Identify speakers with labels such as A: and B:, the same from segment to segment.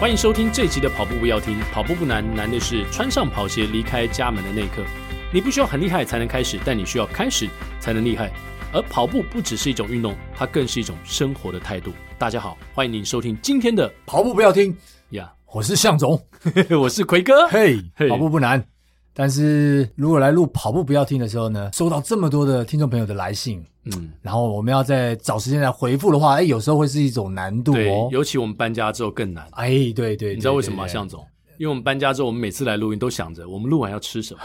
A: 欢迎收听这集的跑步不要听，跑步不难，难的是穿上跑鞋离开家门的那一刻。你不需要很厉害才能开始，但你需要开始才能厉害。而跑步不只是一种运动，它更是一种生活的态度。大家好，欢迎您收听今天的
B: 跑步不要听，
A: 呀
B: 我是向总，
A: 我是奎哥。
B: 嘿
A: 嘿，
B: 跑步不难。但是如果来录跑步不要听的时候呢，收到这么多的听众朋友的来信，
A: 嗯，
B: 然后我们要再找时间来回复的话，哎，有时候会是一种难度
A: 对
B: 哦，。
A: 尤其我们搬家之后更难。
B: 哎，对对
A: 你知道为什么吗，
B: 像
A: 向总？因为我们搬家之后，我们每次来录音都想着我们录完要吃什么。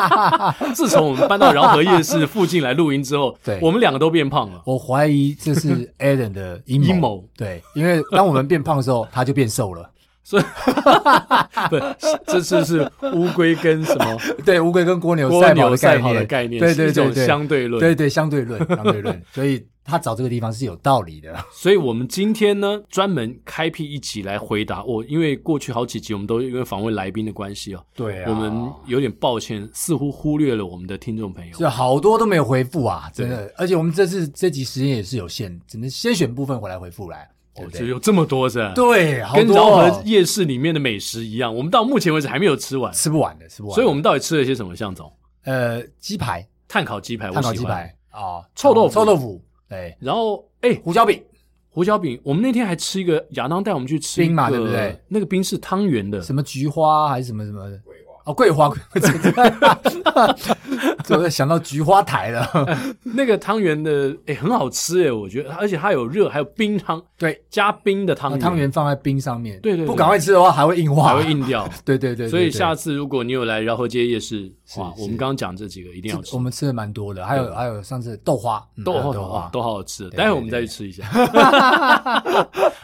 A: 自从我们搬到饶河夜市附近来录音之后，
B: 对
A: 我们两个都变胖了。
B: 我怀疑这是 Eden 的阴谋。
A: 阴谋
B: 对，因为当我们变胖的时候， 他就变瘦了。
A: 所以， 不，这次是乌龟跟什么？
B: 对，乌龟跟蜗牛
A: 蜗
B: 赛跑
A: 牛
B: 的
A: 赛
B: 概
A: 跑
B: 念，
A: 的概念
B: 对
A: 是一
B: 对对
A: 种
B: 对，
A: 相对论
B: 对对相对论，相对论。 所以他找这个地方是有道理的。
A: 所以我们今天呢，专门开辟一集来回答我、因为过去好几集我们都因为访问来宾的关系哦，
B: 对啊
A: 我们有点抱歉，似乎忽略了我们的听众朋友。
B: 是啊好多都没有回复啊，真的。而且我们这次这集时间也是有限，只能先选部分回来回复来，
A: 哦，
B: 对不
A: 只
B: 对？
A: 有这么多是吧？
B: 对，啊好
A: 跟
B: 多
A: 饶河
B: 哦
A: 夜市里面的美食一样，我们到目前为止还没有吃完。
B: 吃不完的，吃不完的。
A: 所以我们到底吃了些什么？向总，
B: 呃，鸡排、
A: 碳烤鸡排，我
B: 碳烤
A: 喜
B: 鸡
A: 欢。
B: 排啊，
A: 臭豆腐
B: 臭豆腐，对，
A: 然后，哎、
B: 胡椒饼，
A: 胡椒饼，我们那天还吃一个亚当带我们去吃一个
B: 冰嘛对不对？
A: 那个冰是汤圆的，
B: 什么菊花还是什么什么的。哦，桂花，桂 花，这我想到菊花台 了。
A: 那个汤圆的哎、很好吃哎，我觉得，而且它有热，还有冰汤，
B: 对，
A: 加冰的汤
B: 把
A: 圆，
B: 啊汤圆放在冰上面，
A: 对对对
B: 不赶快吃的话还会硬化，
A: 还会。硬掉。
B: 对对对，
A: 所以
B: 对对
A: 下次如果你有来饶河街夜市，哇，
B: 是
A: 我们刚刚讲这几个一定要吃
B: 我。们吃的蛮多的，还有还有上次豆花，嗯
A: 豆
B: 还有
A: 花
B: 豆花
A: 都好好吃，
B: 对
A: 待会我们再去吃一下。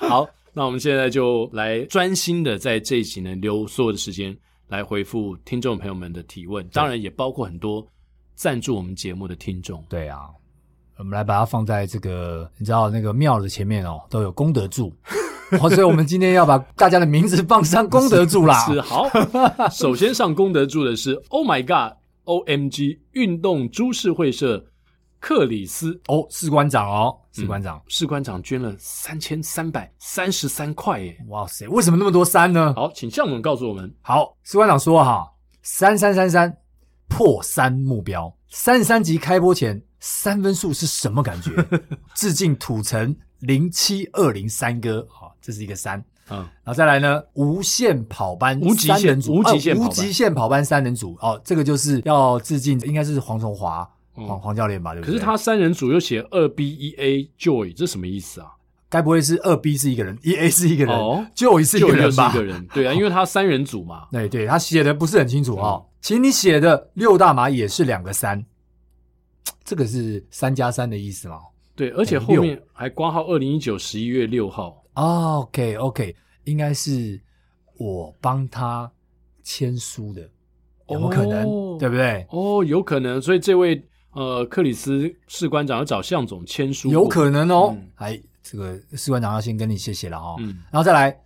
A: 好，那我们现在就来专心的在这一集呢，留所有的时间来回复听众朋友们的提问，当然也包括很多赞助我们节目的听众。
B: 对啊，我们来把它放在这个你知道那个庙的前面哦，都有功德 柱。哦，所以我们今天要把大家的名字放上功德柱啦。
A: 是好，首先上功德柱的 是 Oh my God，O M G 运动株式会社克里斯
B: 哦，士官长哦，
A: 嗯
B: 士官长，
A: 士官长捐了三千三百三十三块耶。
B: 哇塞，为什么那么多三呢？
A: 好，请向总告诉我们，
B: 好，士官长说哈，三三三三破三目标，三十三集开播前三分数是什么 感觉？致敬土城零七二零三哥，好，这是一个三。
A: 嗯，
B: 然后再来呢，无限跑班
A: 无极限
B: 三人组，
A: 无极限
B: 哦
A: 跑
B: 无
A: 班
B: 极限跑班三人组哦，这个就是要致敬，应该是黄崇华黄、黄教练吧？对
A: 嗯
B: 不
A: 可
B: 对？
A: 是他三人组又写二 B 一 A Joy，这什么意思啊？
B: 该不会是二 B 是一个人，一 A 是一个人，
A: 哦
B: 就一是一个
A: Joy 又
B: 人
A: 是
B: 吧
A: 一？个人，对 啊，因为他三人组嘛。
B: 对对，他写的不是很清楚
A: 嗯
B: 哦，请你写的六大马也是两个三，这个是三加三的意思吗？
A: 对，而且后面还挂号二零一九十一月六号，
B: 哦 OK OK，应该是我帮他签书的，有没有可能？
A: 哦
B: 对不对？
A: 哦，有可能，所以这位呃克里斯士官长要找向总签书，
B: 有可能哦
A: 嗯。
B: 哎、这个士官长要先跟你谢谢了哦。
A: 嗯
B: 然后再来，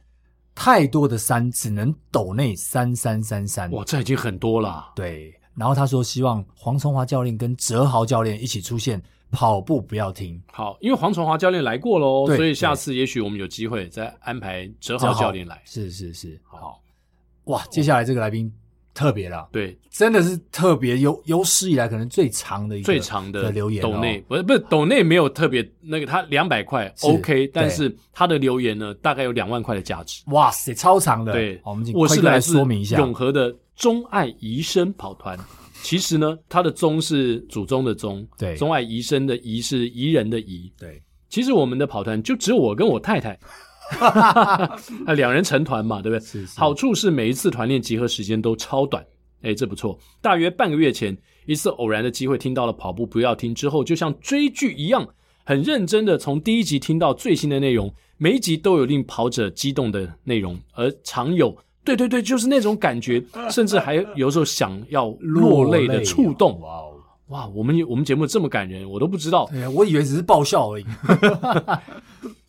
B: 太多的三只能抖内三三三三。
A: 哇，这已经很多了。啊
B: 对。然后他说希望黄崇华教练跟哲豪教练一起出现，跑步不要停。
A: 好，因为黄崇华教练来过喽，
B: 对
A: 所以下次也许我们有机会再安排哲豪教练来。
B: 是是是，
A: 哎好，
B: 哇，接下来这个来宾特别了。
A: 对，
B: 真的是特别有有史以来可能最长的一个
A: 最长的
B: 留言、哦，
A: 抖内不是不是抖内没有特别那个，他两百块
B: 是
A: OK，
B: 对
A: 但是他的留言呢，大概有两万块的价值。
B: 哇塞，超长的。
A: 对，
B: 好我们请
A: 我是
B: 快哥
A: 来
B: 来
A: 自
B: 说明一下。
A: 永和的钟爱宜生跑团。其实呢，他的宗是祖宗的宗，
B: 对
A: 钟爱宜生的宜是宜人的宜。
B: 对，
A: 其实我们的跑团就只有我跟我太 太，啊，两人成团嘛，对不对？
B: 是是
A: 好处是每一次团练集合时间都超短，哎，这不错。大约半个月前，一次偶然的机会听到了跑步不要听之后，就像追剧一样，很认真的从第一集听到最新的内容，每一集都有令跑者激动的内容，而常有。对对对，就是那种感 觉，甚至还有时候想要落泪的触动。
B: 哇哦！
A: 哇，我们我们节目这么感人，我都不知道。
B: 对，啊我以为只是爆笑而已。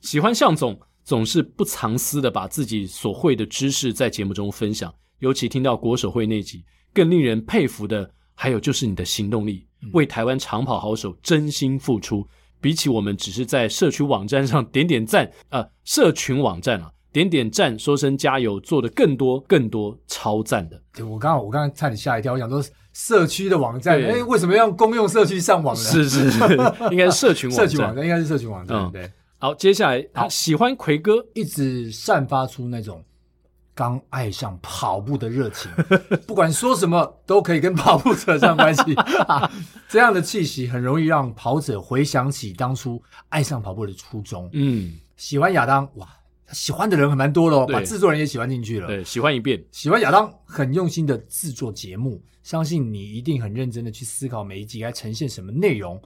A: 喜欢向总总是不藏私的把自己所会的知识在节目中分享，尤其听到国手会那集，更令人佩服的还有就是你的行动力，为台湾长跑好手真心付出。比起我们只是在社区网站上点点赞，呃，社群网站啊，点点赞，说声加油，做的更多更多，超赞的。
B: 对我刚刚我刚刚差点吓一跳，我想说社区的网站，
A: 对
B: 哎，为什么要用公用社区上网呢？
A: 是是是， 应该是社群网站。
B: 社区网站应该是社区网站，
A: 嗯
B: 对，
A: 好，接下来他喜欢奎哥，
B: 一直散发出那种刚爱上跑步的热 情，不管说什么都可以跟跑步扯上关系、 啊。这样的气息很容易让跑者回想起当初爱上跑步的初衷。
A: 嗯，
B: 喜欢亚当，哇，他喜欢的人还蛮多的哦，
A: 对
B: 把制作人也喜欢进去了。
A: 对，喜欢一遍，
B: 喜欢亚当很用心的制作节目，相信你一定很认真的去思考每一集该呈现什么内容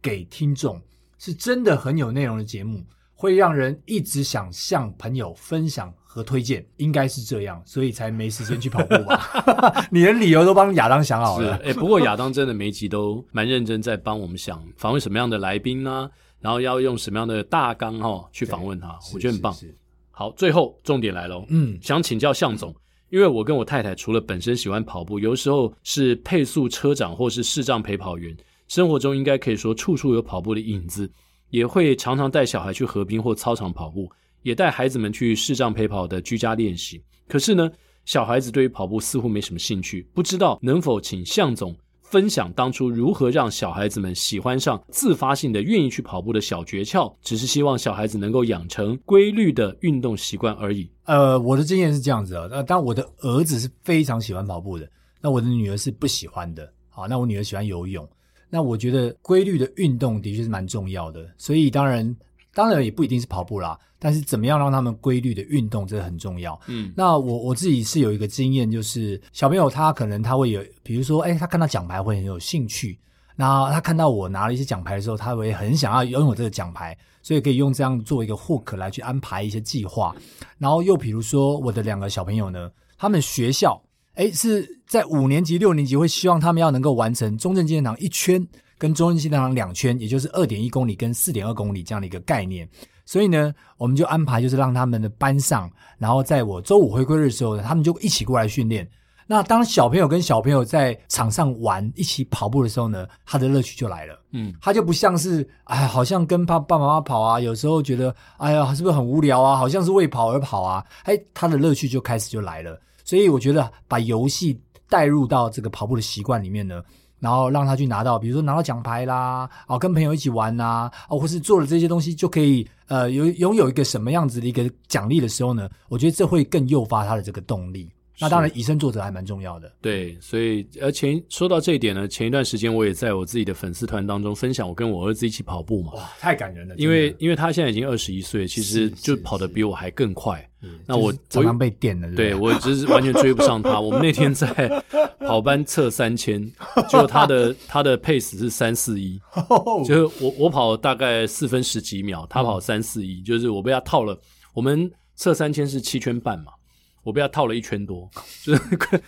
B: 给听众，是真的很有内容的节目，会让人一直想向朋友分享和推荐，应该是这样，所以才没时间去跑步 吧？你连理由都帮亚当想好
A: 是，
B: 了，
A: 哎，不过亚当真的每一集都蛮认真在帮我们想访问什么样的来宾呢、然后要用什么样的大纲哈、去访问他，我觉得很棒。
B: 是是是
A: 好，最后重点来喽，
B: 嗯，
A: 想请教向总，因为我跟我太太除了本身喜欢跑步，有时候是配速车长或是视障陪跑员，生活中应该可以说处处有跑步的影子，也会常常带小孩去河滨或操场跑步，也带孩子们去视障陪跑的居家练习。可是呢，小孩子对于跑步似乎没什么兴趣，不知道能否请向总。分享当初如何让小孩子们喜欢上自发性的愿意去跑步的小诀窍，只是希望小孩子能够养成规律的运动习惯而已。
B: 呃，我的经验是这样子啊，那当然我的儿子是非常喜欢跑步的，那我的女儿是不喜欢的。好，那我女儿喜欢游泳，那我觉得规律的运动的确是蛮重要的，所以当然当然也不一定是跑步啦，但是怎么样让他们规律的运动，这个很重要。
A: 嗯，
B: 那我我自己是有一个经验，就是小朋友他可能他会有，比如说，哎，他看到奖牌会很有兴趣，那他看到我拿了一些奖牌的时候，他会很想要拥有这个奖牌，所以可以用这样做一个 hook 来去安排一些计划。然后又比如说我的两个小朋友呢，他们学校哎是在五年级、六年级会希望他们要能够完成中正纪念堂一圈跟中正纪念堂两圈，也就是二点一公里跟四点二公里这样的一个概念。所以呢，我们就安排就是让他们的班上，然后在我周五回归日的时候呢，他们就一起过来训练。那当小朋友跟小朋友在场上玩、一起跑步的时候呢，他的乐趣就来了。
A: 嗯，
B: 他就不像是哎，好像跟爸爸爸妈妈跑啊，有时候觉得哎呀，是不是很无聊啊？好像是为跑而跑啊，哎，他的乐趣就开始就来了。所以我觉得把游戏带入到这个跑步的习惯里面呢，然后让他去拿到，比如说拿到奖牌啦，哦，跟朋友一起玩呐、啊，哦，或是做了这些东西就可以呃有拥有一个什么样子的一个奖励的时候呢，我觉得这会更诱发他的这个动力。那当然，以身作则还蛮重要的。
A: 对，所以而前说到这一点呢，前一段时间我也在我自己的粉丝团当中分享我跟我儿子一起跑步嘛，
B: 哇，太感人了！
A: 因为因为他现在已经二十一岁，其实
B: 是
A: 哦就是跑得比我还更快。那
B: 嗯那
A: 我
B: 常
A: 我
B: 常被电了，
A: 对啊我只是完全追不上他。我们那天在 跑班测三千，结果他的他的 pace 是三四一，就
B: 就
A: 是我我跑大概四分十几秒，他跑三四一，就是我被他套了。我们测三千是七圈半嘛，我被他套了一圈多， 就是跟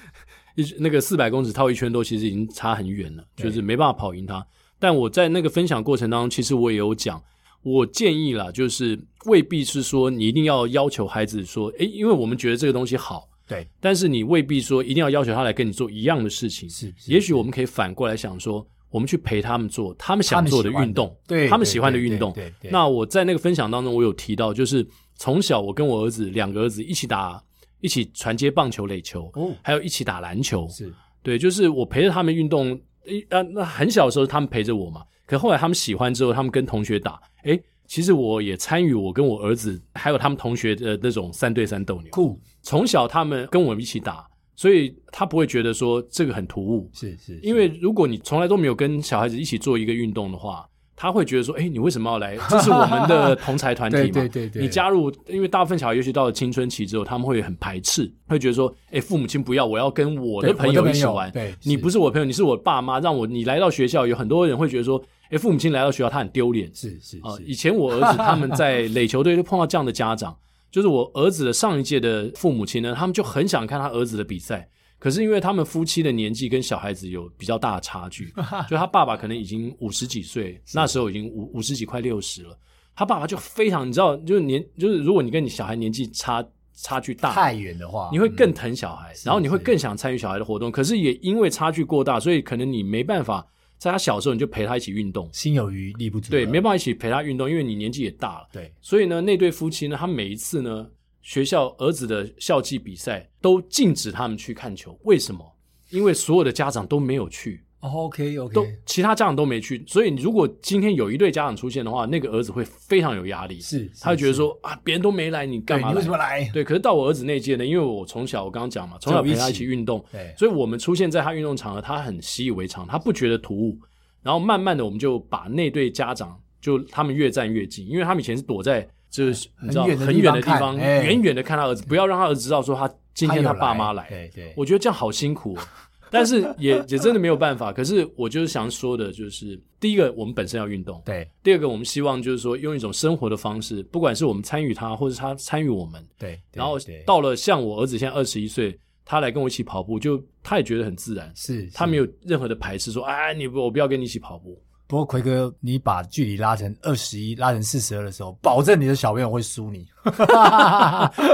A: 一那个四百公尺套一圈多，其实已经差很远了，就是没办法跑赢他。但我在那个分享过程当中，其实我也有讲，我建议啦，就是未必是说你一定要要求孩子说，诶，因为我们觉得这个东西好，
B: 对
A: 但是你未必说一定要要求他来跟你做一样的事情。
B: 是是
A: 也许我们可以反过来想说，我们去陪他们做他们想做的运动，
B: 对
A: 他们喜欢的运动。
B: 对对对，
A: 那我在那个分享当中，我有提到，就是从小我跟我儿子两个儿子一起打，一起传接棒球、垒球，
B: 哦
A: 还有一起打篮球。
B: 是
A: 对，就是我陪着他们运动，诶啊，那很小的时候他们陪着我嘛，可后来他们喜欢之后，他们跟同学打，诶，其实我也参与我跟我儿子还有他们同学的那种三对三斗牛。
B: 酷，
A: 从小他们跟我们一起打，所以他不会觉得说这个很突兀。
B: 是是，
A: 因为如果你从来都没有跟小孩子一起做一个运动的话，他会觉得说：“哎，你为什么要 来？这是我们的同才团体嘛。
B: 对对对对
A: 你加入，因为大部分小孩，尤其到了青春期之后，他们会很排斥，会觉得说：“哎，父母亲不要，我要跟我的
B: 对
A: 朋
B: 我的
A: 友一
B: 朋
A: 起
B: 友
A: 玩。
B: 对
A: 你
B: 是
A: 不是我朋友，你是我爸妈，让我你来到学校，有很多人会觉得说：哎，父母亲来到学校，他很丢脸。
B: 是是
A: 啊，
B: 是
A: 以前我儿子他们在垒球队就碰到这样的家长， 就是我儿子的上一届的父母亲呢，他们就很想看他儿子的比赛，可是因为他们夫妻的年纪跟小孩子有比较大的差距，就他爸爸可能已经五十几岁，那时候已经五五十几快六十了，他爸爸就非常你知道，就是年就是如果你跟你小孩年纪差差距大，
B: 太远的话，
A: 你会更疼小孩，然后你会更想参与小孩的活动，可是也因为差距过大，所以可能你没办法在他小时候你就陪他一起运动。
B: 心有余力不足了，
A: 对，没办法一起陪他运动，因为你年纪也大了。
B: 对
A: 所以呢，那对夫妻呢，他每一次呢，学校儿子的校际比赛都禁止他们去看球，为什么？因为所有的家长都没有去，
B: OK
A: 都
B: OK，
A: 其他家长都没去，所以如果今天有一对家长出现的话，那个儿子会非常有压力，
B: 是是
A: 他会觉得说啊，别人都没来，你干
B: 对，
A: 嘛
B: 你
A: 来
B: 为什？么来？
A: 对，可是到我儿子那一届呢，因为我从小我刚刚讲嘛，从小陪他一起运动，
B: 对，
A: 所以我们出现在他运动场合，他很习以为常，他不觉得突兀。然后慢慢的，我们就把那对家长就他们越站越近，因为他们以前是躲在就是你知道
B: 很远的
A: 呃很
B: 地
A: 远
B: 方
A: 的地
B: 看
A: 方，
B: 哎
A: 远远的看他儿子，不要让他儿子知道说他今天他
B: 他
A: 爸
B: 有
A: 妈来。哎
B: 对对，
A: 我觉得这样好辛苦、哦，但是 也也真的没有办法。可是我就是想说的，就是第一个，我们本身要运动，
B: 对
A: 第二个，我们希望就是说用一种生活的方式，不管是我们参与他，或者是他参与我们，
B: 对，
A: 然后
B: 对
A: 到了像我儿子现在二十一岁，他来跟我一起跑步，就他也觉得很自然，
B: 是
A: 他
B: 们
A: 没有任何的排斥说，哎，你不我不要跟你一起跑步。
B: 不过奎哥，你把距离拉成二十一、拉成四十二的时候，保证你的小朋友会输你。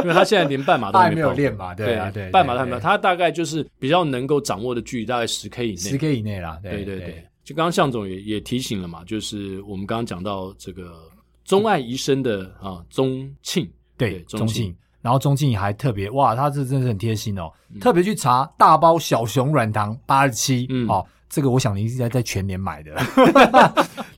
A: 因为他现在连半马都
B: 他还
A: 没
B: 没
A: 跑
B: 有练嘛，
A: 对
B: 啊，
A: 啊，
B: 对，
A: 半马他没有，他大概就是比较能够掌握的距离大概十 K 以内，
B: 十 K 以内啦，
A: 对
B: 对
A: 对对，就刚刚向总也也提醒了嘛，就是我们刚刚讲到这个钟爱一生的啊钟庆，
B: 对，
A: 钟
B: 中
A: 庆
B: 信，然后中信还特别哇，他这真是很贴心哦，特别去查大包小熊软糖八十七
A: 嗯，
B: 哦，这个我想您是在在全年买 的，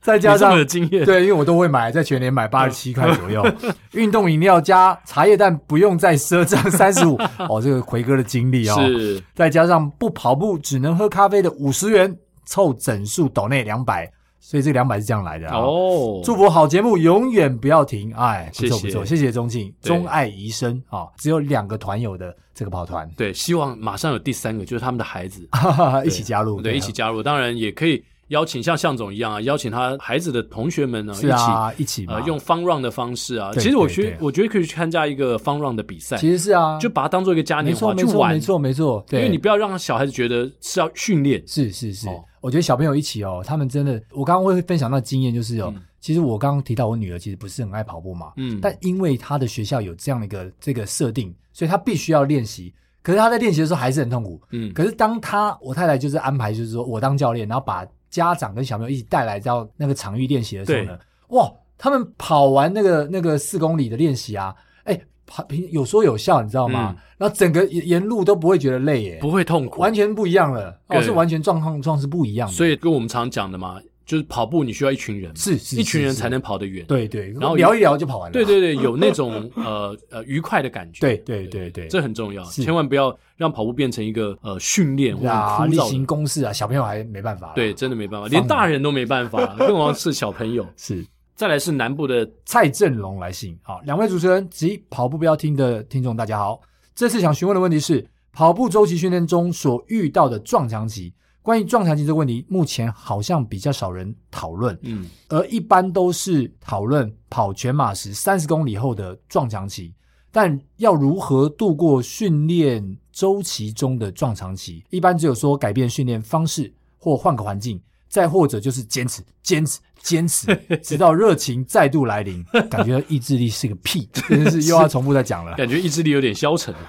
B: 再加
A: 你这么有
B: 上。
A: 经验，
B: 对，因为我都会买，在全年买八十七块 左右，运动饮料加茶叶蛋不用再赊账三 十五，哦，这个奎哥的经历哦，
A: 是
B: 再加上不跑步只能喝咖啡的五十元，凑整数斗内两百，所以这两百是这样来的、啊、
A: 哦，
B: 祝福好节目永远不要停，哎，不
A: 谢
B: 错
A: 谢
B: 不错，谢谢钟庆，
A: 对
B: 钟爱遗生啊、只有两个团友的这个跑团，
A: 对，希望马上有第三个，就是他们的孩子
B: 哈哈哈，一起加入，
A: 啊
B: 啊
A: 对，一起加入，当然也可以邀请像向总一样啊，邀请他孩子的同学们呢、
B: 是啊，一起
A: 一起
B: 嘛
A: 呃，用方 run 的方式啊，
B: 对
A: 其实我
B: 对
A: 觉
B: 对
A: 我觉得可以去参加一个方 run 的比赛，
B: 其实是啊，
A: 就把它当做一个嘉
B: 没
A: 年
B: 错
A: 华
B: 没
A: 去
B: 错
A: 玩
B: 没，错没错，
A: 因
B: 对，
A: 为你不要让小孩子觉得是要训练，
B: 是是是，
A: 哦
B: 我觉得小朋友一起哦，他们真的，我刚刚会分享到经验就是哦，其实我刚刚提到我女儿其实不是很爱跑步嘛，
A: 嗯，
B: 但因为她的学校有这样的一个这个设定，所以她必须要练习。可是她在练习的时候还是很痛苦。
A: 嗯
B: 可是当她我太太就是安排，就是说我当教练，然后把家长跟小朋友一起带来到那个场域练习的时候呢，哇，他们跑完那个那个四公里的练习啊，哎，跑平有说有笑，你知道吗？然后整个沿沿路都不会觉得累耶，
A: 嗯不会痛苦，
B: 完全不一样了，哦，
A: 对
B: 是完全状况状是不一样的。
A: 所
B: 以
A: 以跟我们常讲的嘛，就是跑步你需要一群人嘛，
B: 是是
A: 一群人
B: 是是
A: 才能跑得远。
B: 对对，
A: 然后
B: 聊一聊就跑完了。
A: 对对对，有那种呃呃愉快的感觉。
B: 对对对对，
A: 这很重要，
B: 是
A: 千万不要让跑步变成一个呃训练或者
B: 啊，
A: 枯
B: 例
A: 燥
B: 行
A: 的。
B: 公事啊，小朋友还没办法。
A: 对，，真的没办法，
B: 放
A: 连大人都没办 法，更何况是小朋友。
B: 是
A: 再来是南部的，
B: 蔡振龙来信，好，两位主持人及跑步不要听的听众，大家好。这次想询问的问题是，跑步周期训练中所遇到的撞墙期。关于撞墙期这个问题，目前好像比较少人讨论，
A: 嗯，
B: 而一般都是讨论跑全马时三十公里后的撞墙期。但要如何度过训练周期中的撞墙期，一般只有说改变训练方式或换个环境，再或者就是坚持、坚持、坚持，直到热情再度来临。感觉意志力是个屁，真的是又要重复再讲了。
A: 感觉意志力有点消沉。啊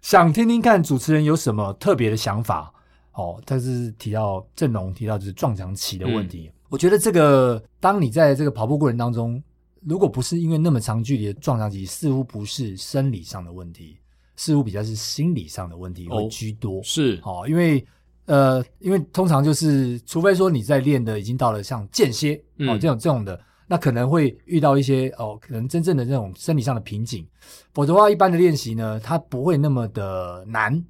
B: 想听听看主持人有什么特别的想法哦。但是提到阵容，提到就是撞墙期的问题，我觉得这个当你在这个跑步过程当中，如果不是因为那么长距离的撞墙期，似乎不是生理上的问题，似乎比较是心理上的问题
A: 哦
B: 会居多。
A: 是，
B: 哦，因为呃，因为通常就是，除非说你在练的已经到了像间歇
A: 嗯
B: 哦这种这种的，那可能会遇到一些哦，可能真正的这种生理上的瓶颈。否则的话，一般的练习呢，它不会那么的难。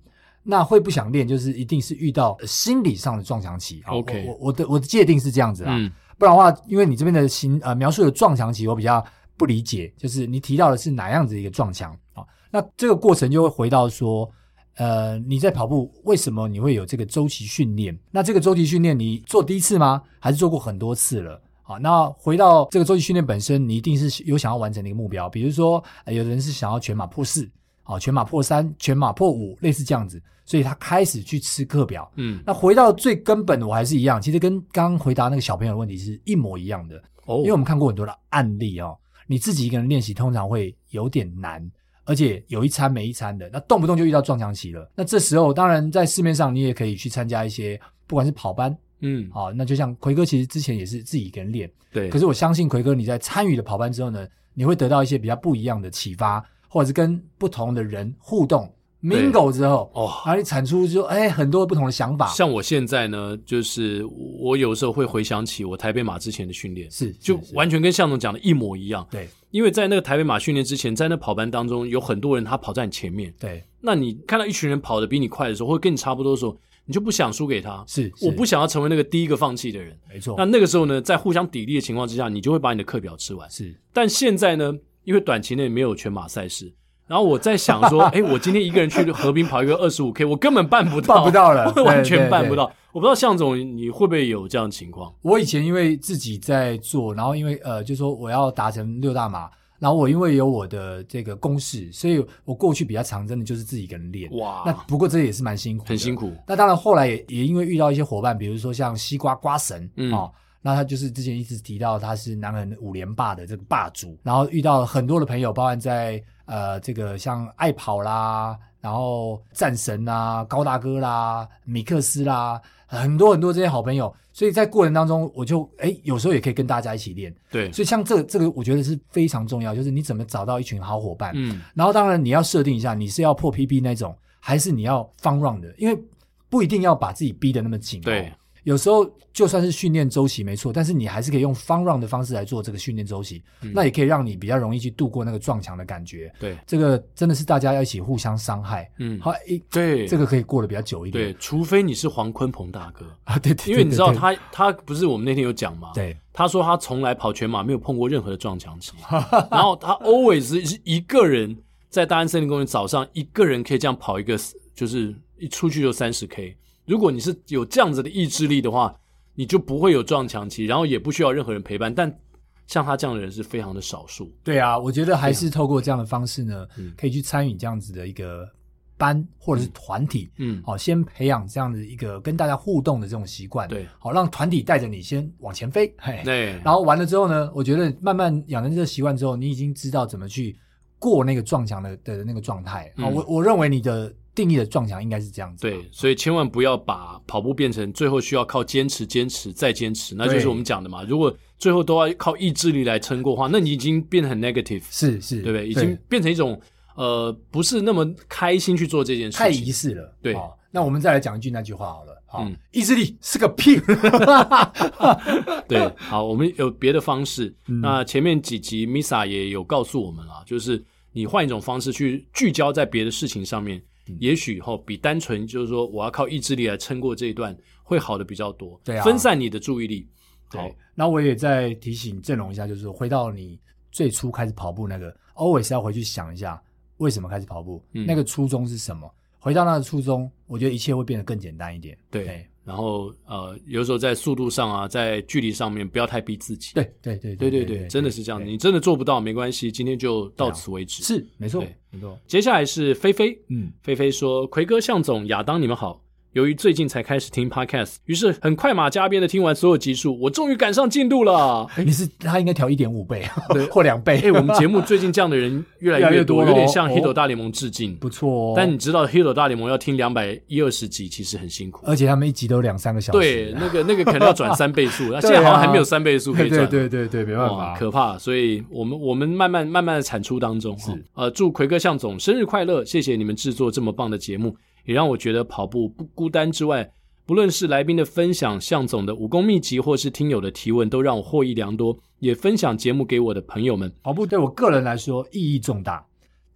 B: 那会不想练，就是一定是遇到呃心理上的撞墙期。哦
A: OK
B: 我我我的我的界定是这样子啊啦。
A: 嗯，
B: 不然的话，因为你这边的形呃描述的撞墙期，我比较不理解，就是你提到的是哪样子的一个撞墙啊？那这个过程就会回到说，呃，你在跑步为什么你会有这个周期训练？那这个周期训练你做第一次吗？还是做过很多次了？好，那回到这个周期训练本身，你一定是有想要完成的一个目标，比如说，呃、有的人是想要全马破四，好，全马破三，全马破五，类似这样子，所以他开始去吃课表，
A: 嗯，
B: 那回到最根本的，我还是一样，其实跟刚刚回答那个小朋友的问题是一模一样的，
A: 哦
B: 因为我们看过很多的案例哦，你自己一个人练习通常会有点难，而且有一餐没一餐的，那动不动就遇到撞墙期了。那这时候，当然在市面上你也可以去参加一些，不管是跑班
A: 嗯，
B: 啊、哦，那就像奎哥其实之前也是自己一个人练，
A: 对，
B: 可是我相信奎哥你在参与了跑班之后呢，你会得到一些比较不一样的启发，或者是跟不同的人互动 mingle 之后，
A: 哦
B: 然后你产出就哎很多不同的想法，
A: 像我现在呢，就是我有时候会回想起我台北马之前的训练，
B: 是
A: 就是
B: 是
A: 完全跟向总讲的一模一样。
B: 对
A: 因为在那个台北马训练之前，在那跑班当中，有很多人他跑在你前面，
B: 对
A: 那你看到一群人跑得比你快的时候，或者跟你差不多的时候，你就不想输给他。
B: 是，
A: 我
B: 是
A: 不想要成为那个第一个放弃的人。
B: 没错
A: 那，那个时候呢，在互相砥砺的情况之下，你就会把你的课表吃完。
B: 是
A: 但现在呢，因为短期内没有全马赛事，然后我在想 说，哎，我今天一个人去河滨跑一个二十五 K，我根本办不到，
B: 办不 到了对
A: 完全办
B: 对
A: 不到。我不知道向总你会不会有这样的情况？
B: 我以前因为自己在做，然后因为呃，就说我要达成六大马，然后我因为有我的这个公式，所以我过去比较常真的就是自己一个人练。
A: 哇
B: 那不过这也是蛮辛苦，
A: 很辛。苦，
B: 那当然后来也也因为遇到一些伙伴，比如说像西瓜瓜神，
A: 嗯
B: 哦。那他就是之前一直提到他是南横五连霸的这个霸主，然后遇到很多的朋友，包含在呃这个像爱跑啦，然后战神啦、高大哥啦、米克斯啦，很多很多这些好朋友，所以在过程当中，我就哎有时候也可以跟大家一起练，
A: 对，
B: 所以像这这个我觉得是非常重要，就是你怎么找到一群好伙伴，
A: 嗯，
B: 然后当然你要设定一下，你是要破 PB 那种，还是你要放 run 的，因为不一定要把自己逼得那么紧、哦。
A: 对，
B: 有时候就算是训练周期没错，但是你还是可以用放 run 的方式来做这个训练周期，
A: 嗯
B: 那也可以让你比较容易去度过那个撞墙的感觉。
A: 对，
B: 这个真的是大家要一起互相伤害，
A: 嗯，
B: 好，诶，
A: 对，
B: 这个可以过得比较久一点。
A: 对，除非你是黄坤鹏大哥，
B: 啊， 对对对，
A: 因为你知道
B: 对
A: 他他不是我们那天有讲吗？
B: 对
A: 他说他从来跑全马没有碰过任何的撞墙期，然后他 always 是一个人在大安森林公园早上一个人可以这样跑一个，就是一出去就三十 K。如果你是有这样子的意志力的话，你就不会有撞墙期，然后也不需要任何人陪伴。但像他这样的人是非常的少数。
B: 对啊，我觉得还是透过这样的方式呢，可以去参与这样子的一个班或者是团体，
A: 嗯嗯，
B: 好，先培养这样的一个跟大家互动的这种习惯，
A: 对，
B: 好，让团体带着你先往前飞，嘿，
A: 对，
B: 然后完了之后呢，我觉得慢慢养成这个习惯之后，你已经知道怎么去过那个撞墙的的那个状态啊、
A: 嗯
B: 我我认为你的定义的撞墙应该是这样子，啊
A: 对，所以千万不要把跑步变成最后需要靠坚持、坚持再坚持，那就是我们讲的嘛。如果最后都要靠意志力来撑过的话，那你已经变得很 negative，
B: 是是，
A: 对不对？已经变成一种呃，不是那么开心去做这件
B: 太
A: 事
B: 仪
A: 情。
B: 式了。
A: 对
B: 好那我们再来讲一句那句话好了。好，
A: 嗯
B: 意志力是个屁。
A: 对，好，我们有别的方式。
B: 嗯
A: 那前面几集 Misa 也有告诉我们啦，就是你换一种方式去聚焦在别的事情上面，
B: 嗯
A: 也许以后比单纯就是说我要靠意志力来撑过这一段会好的比较多。
B: 对啊
A: 分散你的注意力。好
B: 对，，那我也再提醒郑龙一下，就是回到你最初开始跑步那个，always 要回去想一下为什么开始跑步，
A: 嗯
B: 那个初衷是什么。回到那个初衷，我觉得一切会变得更简单一点。
A: 对，然后呃，有时候在速度上啊，在距离上面不要太逼自己。
B: 对对对
A: 对对对，真的是这样。
B: 对啊
A: 你真的做不到没关系，今天就到此为止。，
B: 是没错
A: 对嗯
B: 没错。
A: 接下来是菲菲，
B: 嗯，
A: 菲菲说：“奎哥、向总、亚当，你们好。由于最近才开始听 podcast，于是很快马加鞭的听完所有集数，我终于赶上进度 了。
B: 你是他应该调一点五倍 或两倍。
A: 哎、我们节目最近这样的人越来
B: 越 来越
A: 多，
B: 多了
A: 有点向
B: 哦
A: Hito 大联盟致敬。
B: 不错哦，
A: 但你知道 Hito 大联盟要听两百一二十集，其实很辛苦。
B: 而且他们一集都两三个小时。
A: 对，那个那个可能要转三倍速，那、现
B: 对
A: 在
B: 啊
A: 好像还没有三倍速可以
B: 对
A: 转。
B: 对对对对，没办
A: 哇
B: 法，啊
A: 可怕！所以我们我们慢慢慢慢的产出当中，
B: 是
A: 哦呃，祝奎哥向总生日快乐！谢谢你们制作这么棒的节目，也让我觉得跑步不孤单之外，不论是来宾的分享、向总的武功秘籍，或是听友的提问，都让我获益良多，也分享节目给我的朋友们。
B: 跑步对我个人来说意义重大，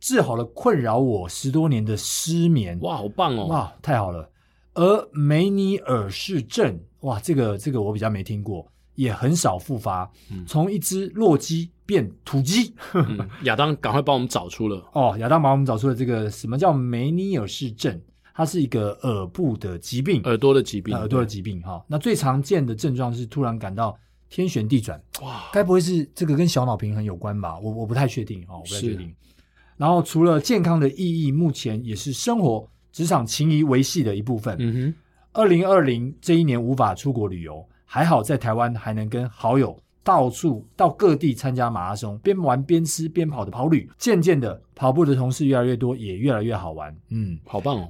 B: 治好了困扰我十多年的失眠。
A: 哇，好棒哦！
B: 哇，太好了！而梅尼尔氏症，哇，这个这个我比较没听过，也很少复发。从一只弱鸡变土鸡，
A: 嗯亚、当，赶快帮我们找出了。
B: 哦，亚当把我们找出了这个什么叫梅尼尔氏症，它是一个耳部的疾病，
A: 耳朵的疾病，
B: 耳朵的疾病哈、那最常见的症状是突然感到天旋地转，
A: 哇，
B: 该不会是这个跟小脑平衡有关吧？我我不太确定哦，我不太
A: 是
B: 确定。然后除了健康的意义，目前也是生活、职场、情谊维系的一部分。
A: 嗯哼，
B: 二零二零这一年无法出国旅游，还好在台湾还能跟好友到处到各地参加马拉松，边玩边吃边跑的跑旅。渐渐的，跑步的同事越来越多，也越来越好玩。嗯，
A: 好棒哦！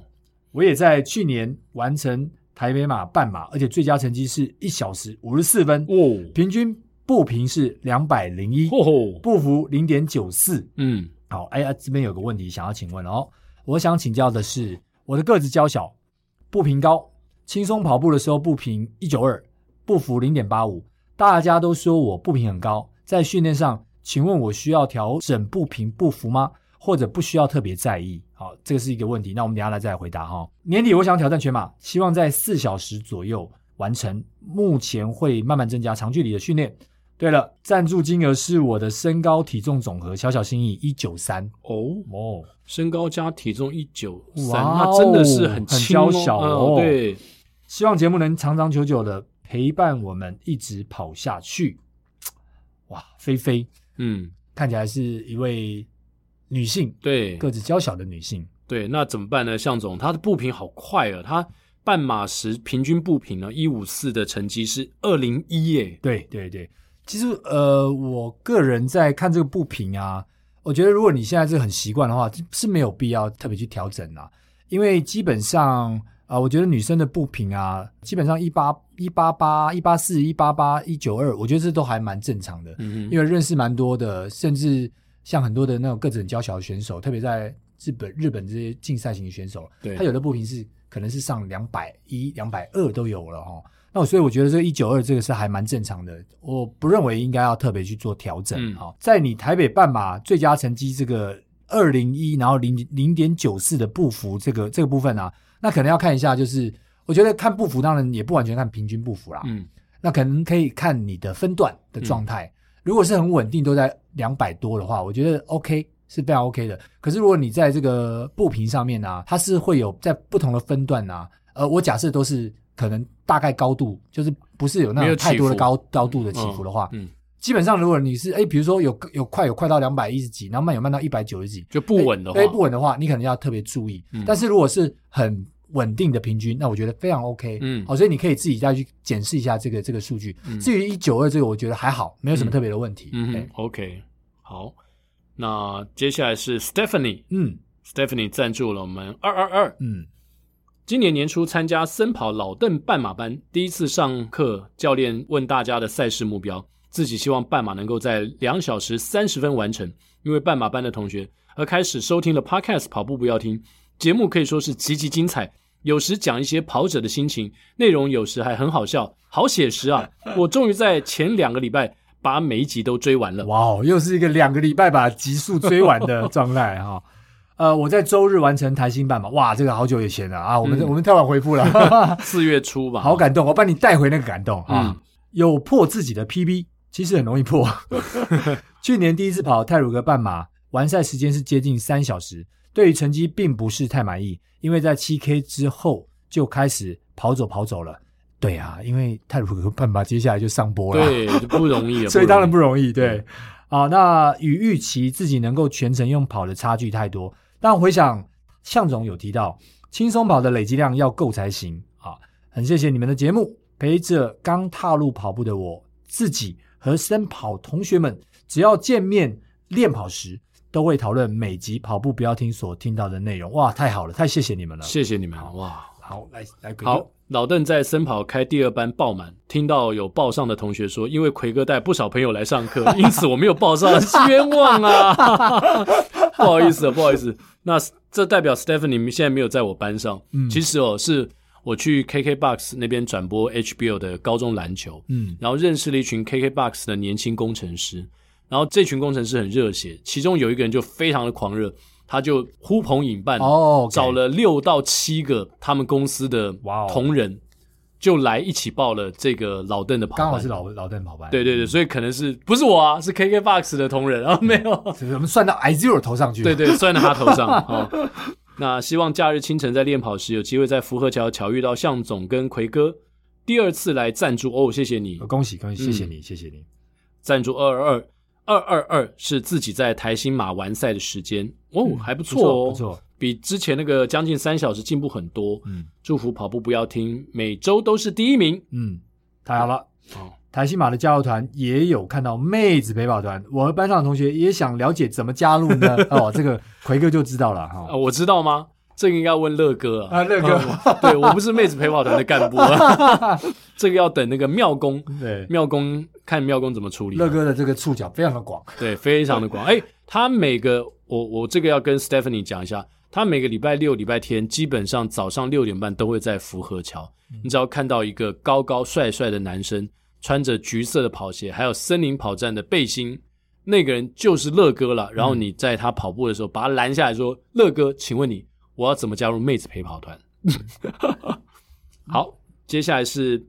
B: 我也在去年完成台北马半马，而且最佳成绩是一小时五十四分，
A: 哦，
B: 平均步频是两百零一，
A: 吼吼，
B: 步幅零点九四。
A: 嗯，
B: 好，哎呀，这边有个问题想要请问哦，我想请教的是，我的个子娇小，步频高，轻松跑步的时候步频一九二，步幅零点八五，大家都说我步频很高，在训练上，请问我需要调整步频步幅吗？或者不需要特别在意？好，这个是一个问题，那我们等一下来再来回答哈、年底我想挑战全马，希望在四小时左右完成，目前会慢慢增加长距离的训练。对了，赞助金额是我的身高体重总和，小小心意一九三
A: 哦，
B: 哦。
A: 身高加体重一九三，
B: 哇哦
A: 那真的是很
B: 很
A: 轻哦
B: 娇小
A: 嗯
B: 哦
A: 对，
B: 希望节目能长长久久的陪伴我们一直跑下去。哇，菲菲
A: 嗯，
B: 看起来是一位女性，
A: 对
B: 个子娇小的女性，
A: 对，那怎么办呢？向总，他的步频好快啊，他半马时平均步频呢一五四的成绩是二零一耶，
B: 对对对。其实呃，我个人在看这个步频啊，我觉得如果你现在是很习惯的话，是没有必要特别去调整啦、因为基本上啊、呃我觉得女生的步频啊，基本上一八一八八、一八四、一八八、一九二，我觉得这都还蛮正常的。
A: 嗯哼，
B: 因为认识蛮多的，甚至像很多的那种个子很娇小的选手，特别在日本日本这些竞赛型的选手，
A: 对
B: 他有的步频是可能是上两百一、两百二都有了哈。那我所以我觉得这一九二这个是还蛮正常的，我不认为应该要特别去做调整
A: 嗯
B: 哈、在你台北半马最佳成绩这个二零一，然后零零点九四的步幅这个这个部分啊，那可能要看一下，就是我觉得看步幅当然也不完全看平均步幅啦，
A: 嗯，
B: 那可能可以看你的分段的状态。如果是很稳定，都在两百多的话，我觉得 OK 是非常 OK 的。可是如果你在这个步频上面啊，它是会有在不同的分段啊，呃，我假设都是可能大概高度，就是不是有那
A: 没
B: 种
A: 有
B: 太多的
A: 起伏
B: 高高度的起伏的话，
A: 嗯，
B: 基本上如果你是哎，比如说有有快有快到两百一十几，然后慢有慢到一百九十几，
A: 就不稳的话
B: 哎，不稳的话，你可能要特别注意。
A: 嗯
B: 但是如果是很稳定的平均，那我觉得非常 OK。
A: 嗯
B: 好、所以你可以自己再去检视一下这个这个数据。
A: 嗯
B: 至于一九二这个，我觉得还好，没有什么特别的问题。
A: 嗯
B: 哎
A: 哼，OK，好，那接下来是 Stephanie。
B: 嗯
A: Stephanie 赞助了我们二二二。
B: 嗯，
A: 今年年初参加森跑老邓半马班，第一次上课，教练问大家的赛事目标，自己希望半马能够在两小时三十分完成。因为半马班的同学而开始收听了 Podcast 跑步不要听节目，可以说是极其精彩。有时讲一些跑者的心情，内容有时还很好笑，好写实 啊！我终于在前两个礼拜把每一集都追完了。
B: 哇哦，又是一个两个礼拜把集数追完的状态哈。呃，我在周日完成台新办嘛，哇，这个好久以前了啊，我们、
A: 嗯
B: 我们跳完回 复了，
A: 四月初吧，
B: 好感动，我帮你带回那个感动啊。
A: 嗯
B: 有破自己的 PB，其实很容易破。 去年第一次跑泰鲁格半马，完赛时间是接近三小时，对于成绩并不是太满意，因为在七 K 之后就开始跑走跑走了。对啊，因为泰鲁格半马接下来就上播了，
A: 对，就不容易了，嗯
B: 所以当然不
A: 容
B: 容易。对，啊，那与预期自己能够全程用跑的差距太多，但回想向总有提到，轻松跑的累积量要够才行啊。很谢谢你们的节目，陪着刚踏入跑步的我自己和深跑同学们，只要见面练跑时。都会讨论每集跑步不要听所听到的内容，哇，太好了，太谢谢你们了
A: 易。啊谢谢你们，哇。
B: 好，来来，
A: 好，老邓在森跑开第二班爆满，听到有报上的同学说，因为奎哥带不少朋友来上 课，因此我没有报上，冤枉啊！ 不好意思啊，不好意思。那这代表 Stephanie 现在没有在我班上。
B: 嗯
A: 其实哦，是我去 KKBox 那边转播 HBO 的高中篮球，
B: 嗯
A: 然后认识了一群 KKBox 的年轻工程师，然后这群工程师很热血，其中有一个人就非常的狂热，他就呼朋引伴
B: 哦，OK
A: 找了六到七个他们公司的
B: 哇哦
A: 同仁，就来一起报了这个老邓的跑班，
B: 刚好是老老邓跑班，
A: 对对对，所以可能是不是我啊，是 KKBox 的同仁啊，没 有，
B: 对，我们算到 I zero 头上去，
A: 对对，算在他头上。哦，那希望假日清晨在练跑时有机会在福和桥巧遇到向总跟奎哥，第二次来赞助哦，谢谢你，
B: 呃恭喜恭喜，谢谢
A: 嗯
B: 你，谢谢你。
A: 赞助二二二。二二二是自己在台新马完赛的时间哦，还不错哦，
B: 嗯不错。
A: 比之前那个将近三小时进步很多。
B: 嗯
A: 祝福跑步不要停，每周都是第一名
B: 嗯，太好了。
A: 哦。
B: 台西马的加油团也有看到妹子陪跑团，我和 班上的同学也想了解怎么加入呢？哦，这个奎哥就知道了哈、
A: 啊，我知道吗？这个应该问乐哥啊。
B: 啊，乐哥，
A: 啊对我不是妹子陪跑团的干部 啊，这个要等那个妙公，
B: 对，
A: 妙公看妙公怎么处理。啊
B: 乐哥的这个触角非常的广，
A: 对，非常的广。哎，他每个我我这个要跟 Stephanie 讲一下，他每个礼拜六、礼拜天基本上早上六点半都会在福和桥。你只要看到一个高高帅帅的男生，穿着橘色的跑鞋，还有森林跑站的背心，那个人就是乐哥了。然后你在他跑步的时候把他拦下来说：“乐哥，请问你我要怎么加入妹子陪跑团？” 好，接下来是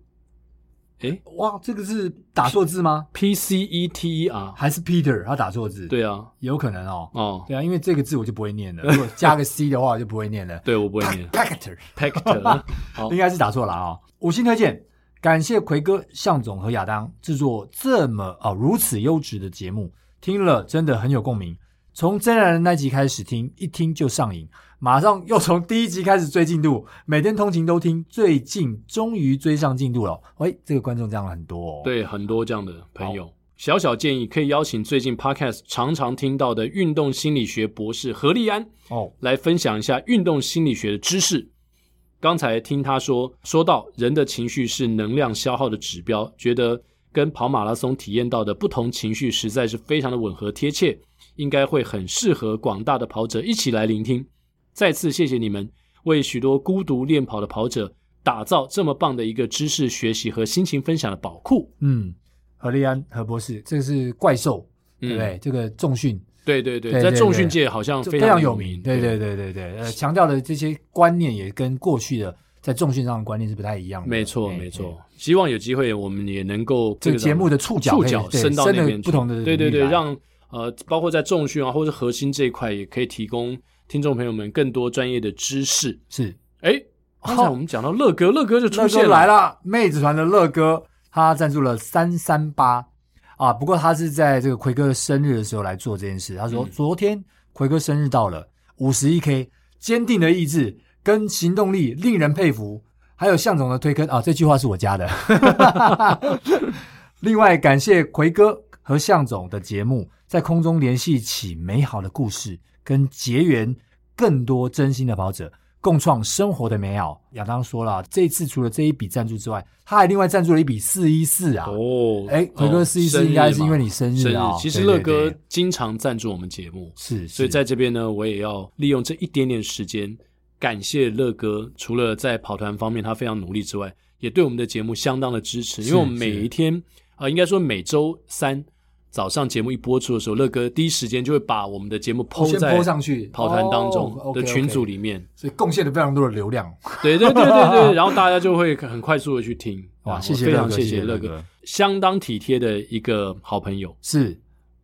B: 哇，这个是打错字吗？
A: P C E T E R，
B: 还是 Peter 他打错字？，
A: 对啊，
B: 有可能哦。
A: 哦，
B: 对啊，因为这个字我就不 会念了，如果加个 C 的话我就不会念了。
A: 对我不会 念
B: Pacter
A: Pacter。
B: 应该是打错了啊、五星推荐，感谢奎哥、向总和亚当制作这么啊、如此优质的节目，听了真的很有共鸣。从真人的那集开始听，一听就上瘾，马上又从第一集开始追进度，每天通勤都听，最近终于追上进度了。喂，这个观众这样很多哦。，
A: 对，很多这样的朋友。小小建议，可以邀请最近 Podcast 常常听到的运动心理学博士何立安
B: 哦，
A: 来分享一下运动心理学的知识。刚才听他说说到人的情绪是能量消耗的指标，觉得跟跑马拉松体验到的不同情绪实在是非常的吻合贴切，应该会很适合广大的跑者一起来聆听。再次谢谢你们为许多孤独练跑的跑者打造这么棒的一个知识学习和心情分享的宝库。
B: 嗯，何立安何博士，这个是怪兽，
A: 嗯
B: 对不对？这个重训
A: 对对对，
B: 对
A: 在
B: 对
A: 重训
B: 对
A: 界好像
B: 就
A: 非
B: 非常
A: 有
B: 有名，对对对对对，呃，强调的这些观念也跟过去的在重训上的观念是不太一样的。
A: 没错
B: 哎
A: 没，错。希望有机会我们也能够
B: 这个节
A: 的
B: 目的触角
A: 触
B: 可以
A: 角
B: 对
A: 伸到
B: 伸
A: 那
B: 得
A: 边去
B: 不同的
A: 对对
B: 领域
A: 对，
B: 来
A: 让呃包括在重训啊或者核心这一块，也可以提供听众朋友们更多专业的知识。
B: 是
A: 哎，刚才我们讲到乐哥，乐哥就出
B: 乐
A: 现
B: 哥来
A: 了，
B: 了，妹子团的乐哥，他赞助了三三八啊，不过他是在这个奎哥生日的时候来做这件事。他说，
A: 嗯
B: 昨天奎哥生日到了，五十一 K，坚定的意志跟行动力令人佩服，还有向总的推坑啊，这句话是我加的。 另外，感谢奎哥和向总的节目，在空中联系起美好的故事，跟结缘更多真心的跑者，共创生活的美好。亚当说了，啊这次除了这一笔赞助之外，他还另外赞助了一笔四一四啊。
A: 哦，
B: 哎，奎哥
A: 哦
B: 四一
A: 生
B: 四
A: 日
B: 应该是因为
A: 嘛
B: 你生
A: 生
B: 日啊、
A: 日。其实
B: 对对
A: 乐哥
B: 对
A: 经常赞助我们节目，
B: 是，
A: 所以
B: 是
A: 在这边呢，我也要利用这一点点时间，感谢乐哥，除了在跑团方面他非常努力之外，也对我们的节目相当的支持。因为我们每一天啊、呃应该说每周三早上节目一播出的时候，乐哥第一时间就会把我们的节目
B: 我
A: 抛
B: 哦先
A: 在
B: 播上去
A: 跑团当
B: 哦
A: 中的
B: ，OK，OK
A: 群组里 面。
B: 所以贡献了非常多的流量。
A: 对对对对对，然后大家就会很快速的去听。
B: 哇
A: 啊
B: 谢谢
A: 我非常
B: 乐哥
A: 谢
B: 谢谢
A: 乐
B: 乐哥，
A: 相当体贴的一个好朋友。
B: 是，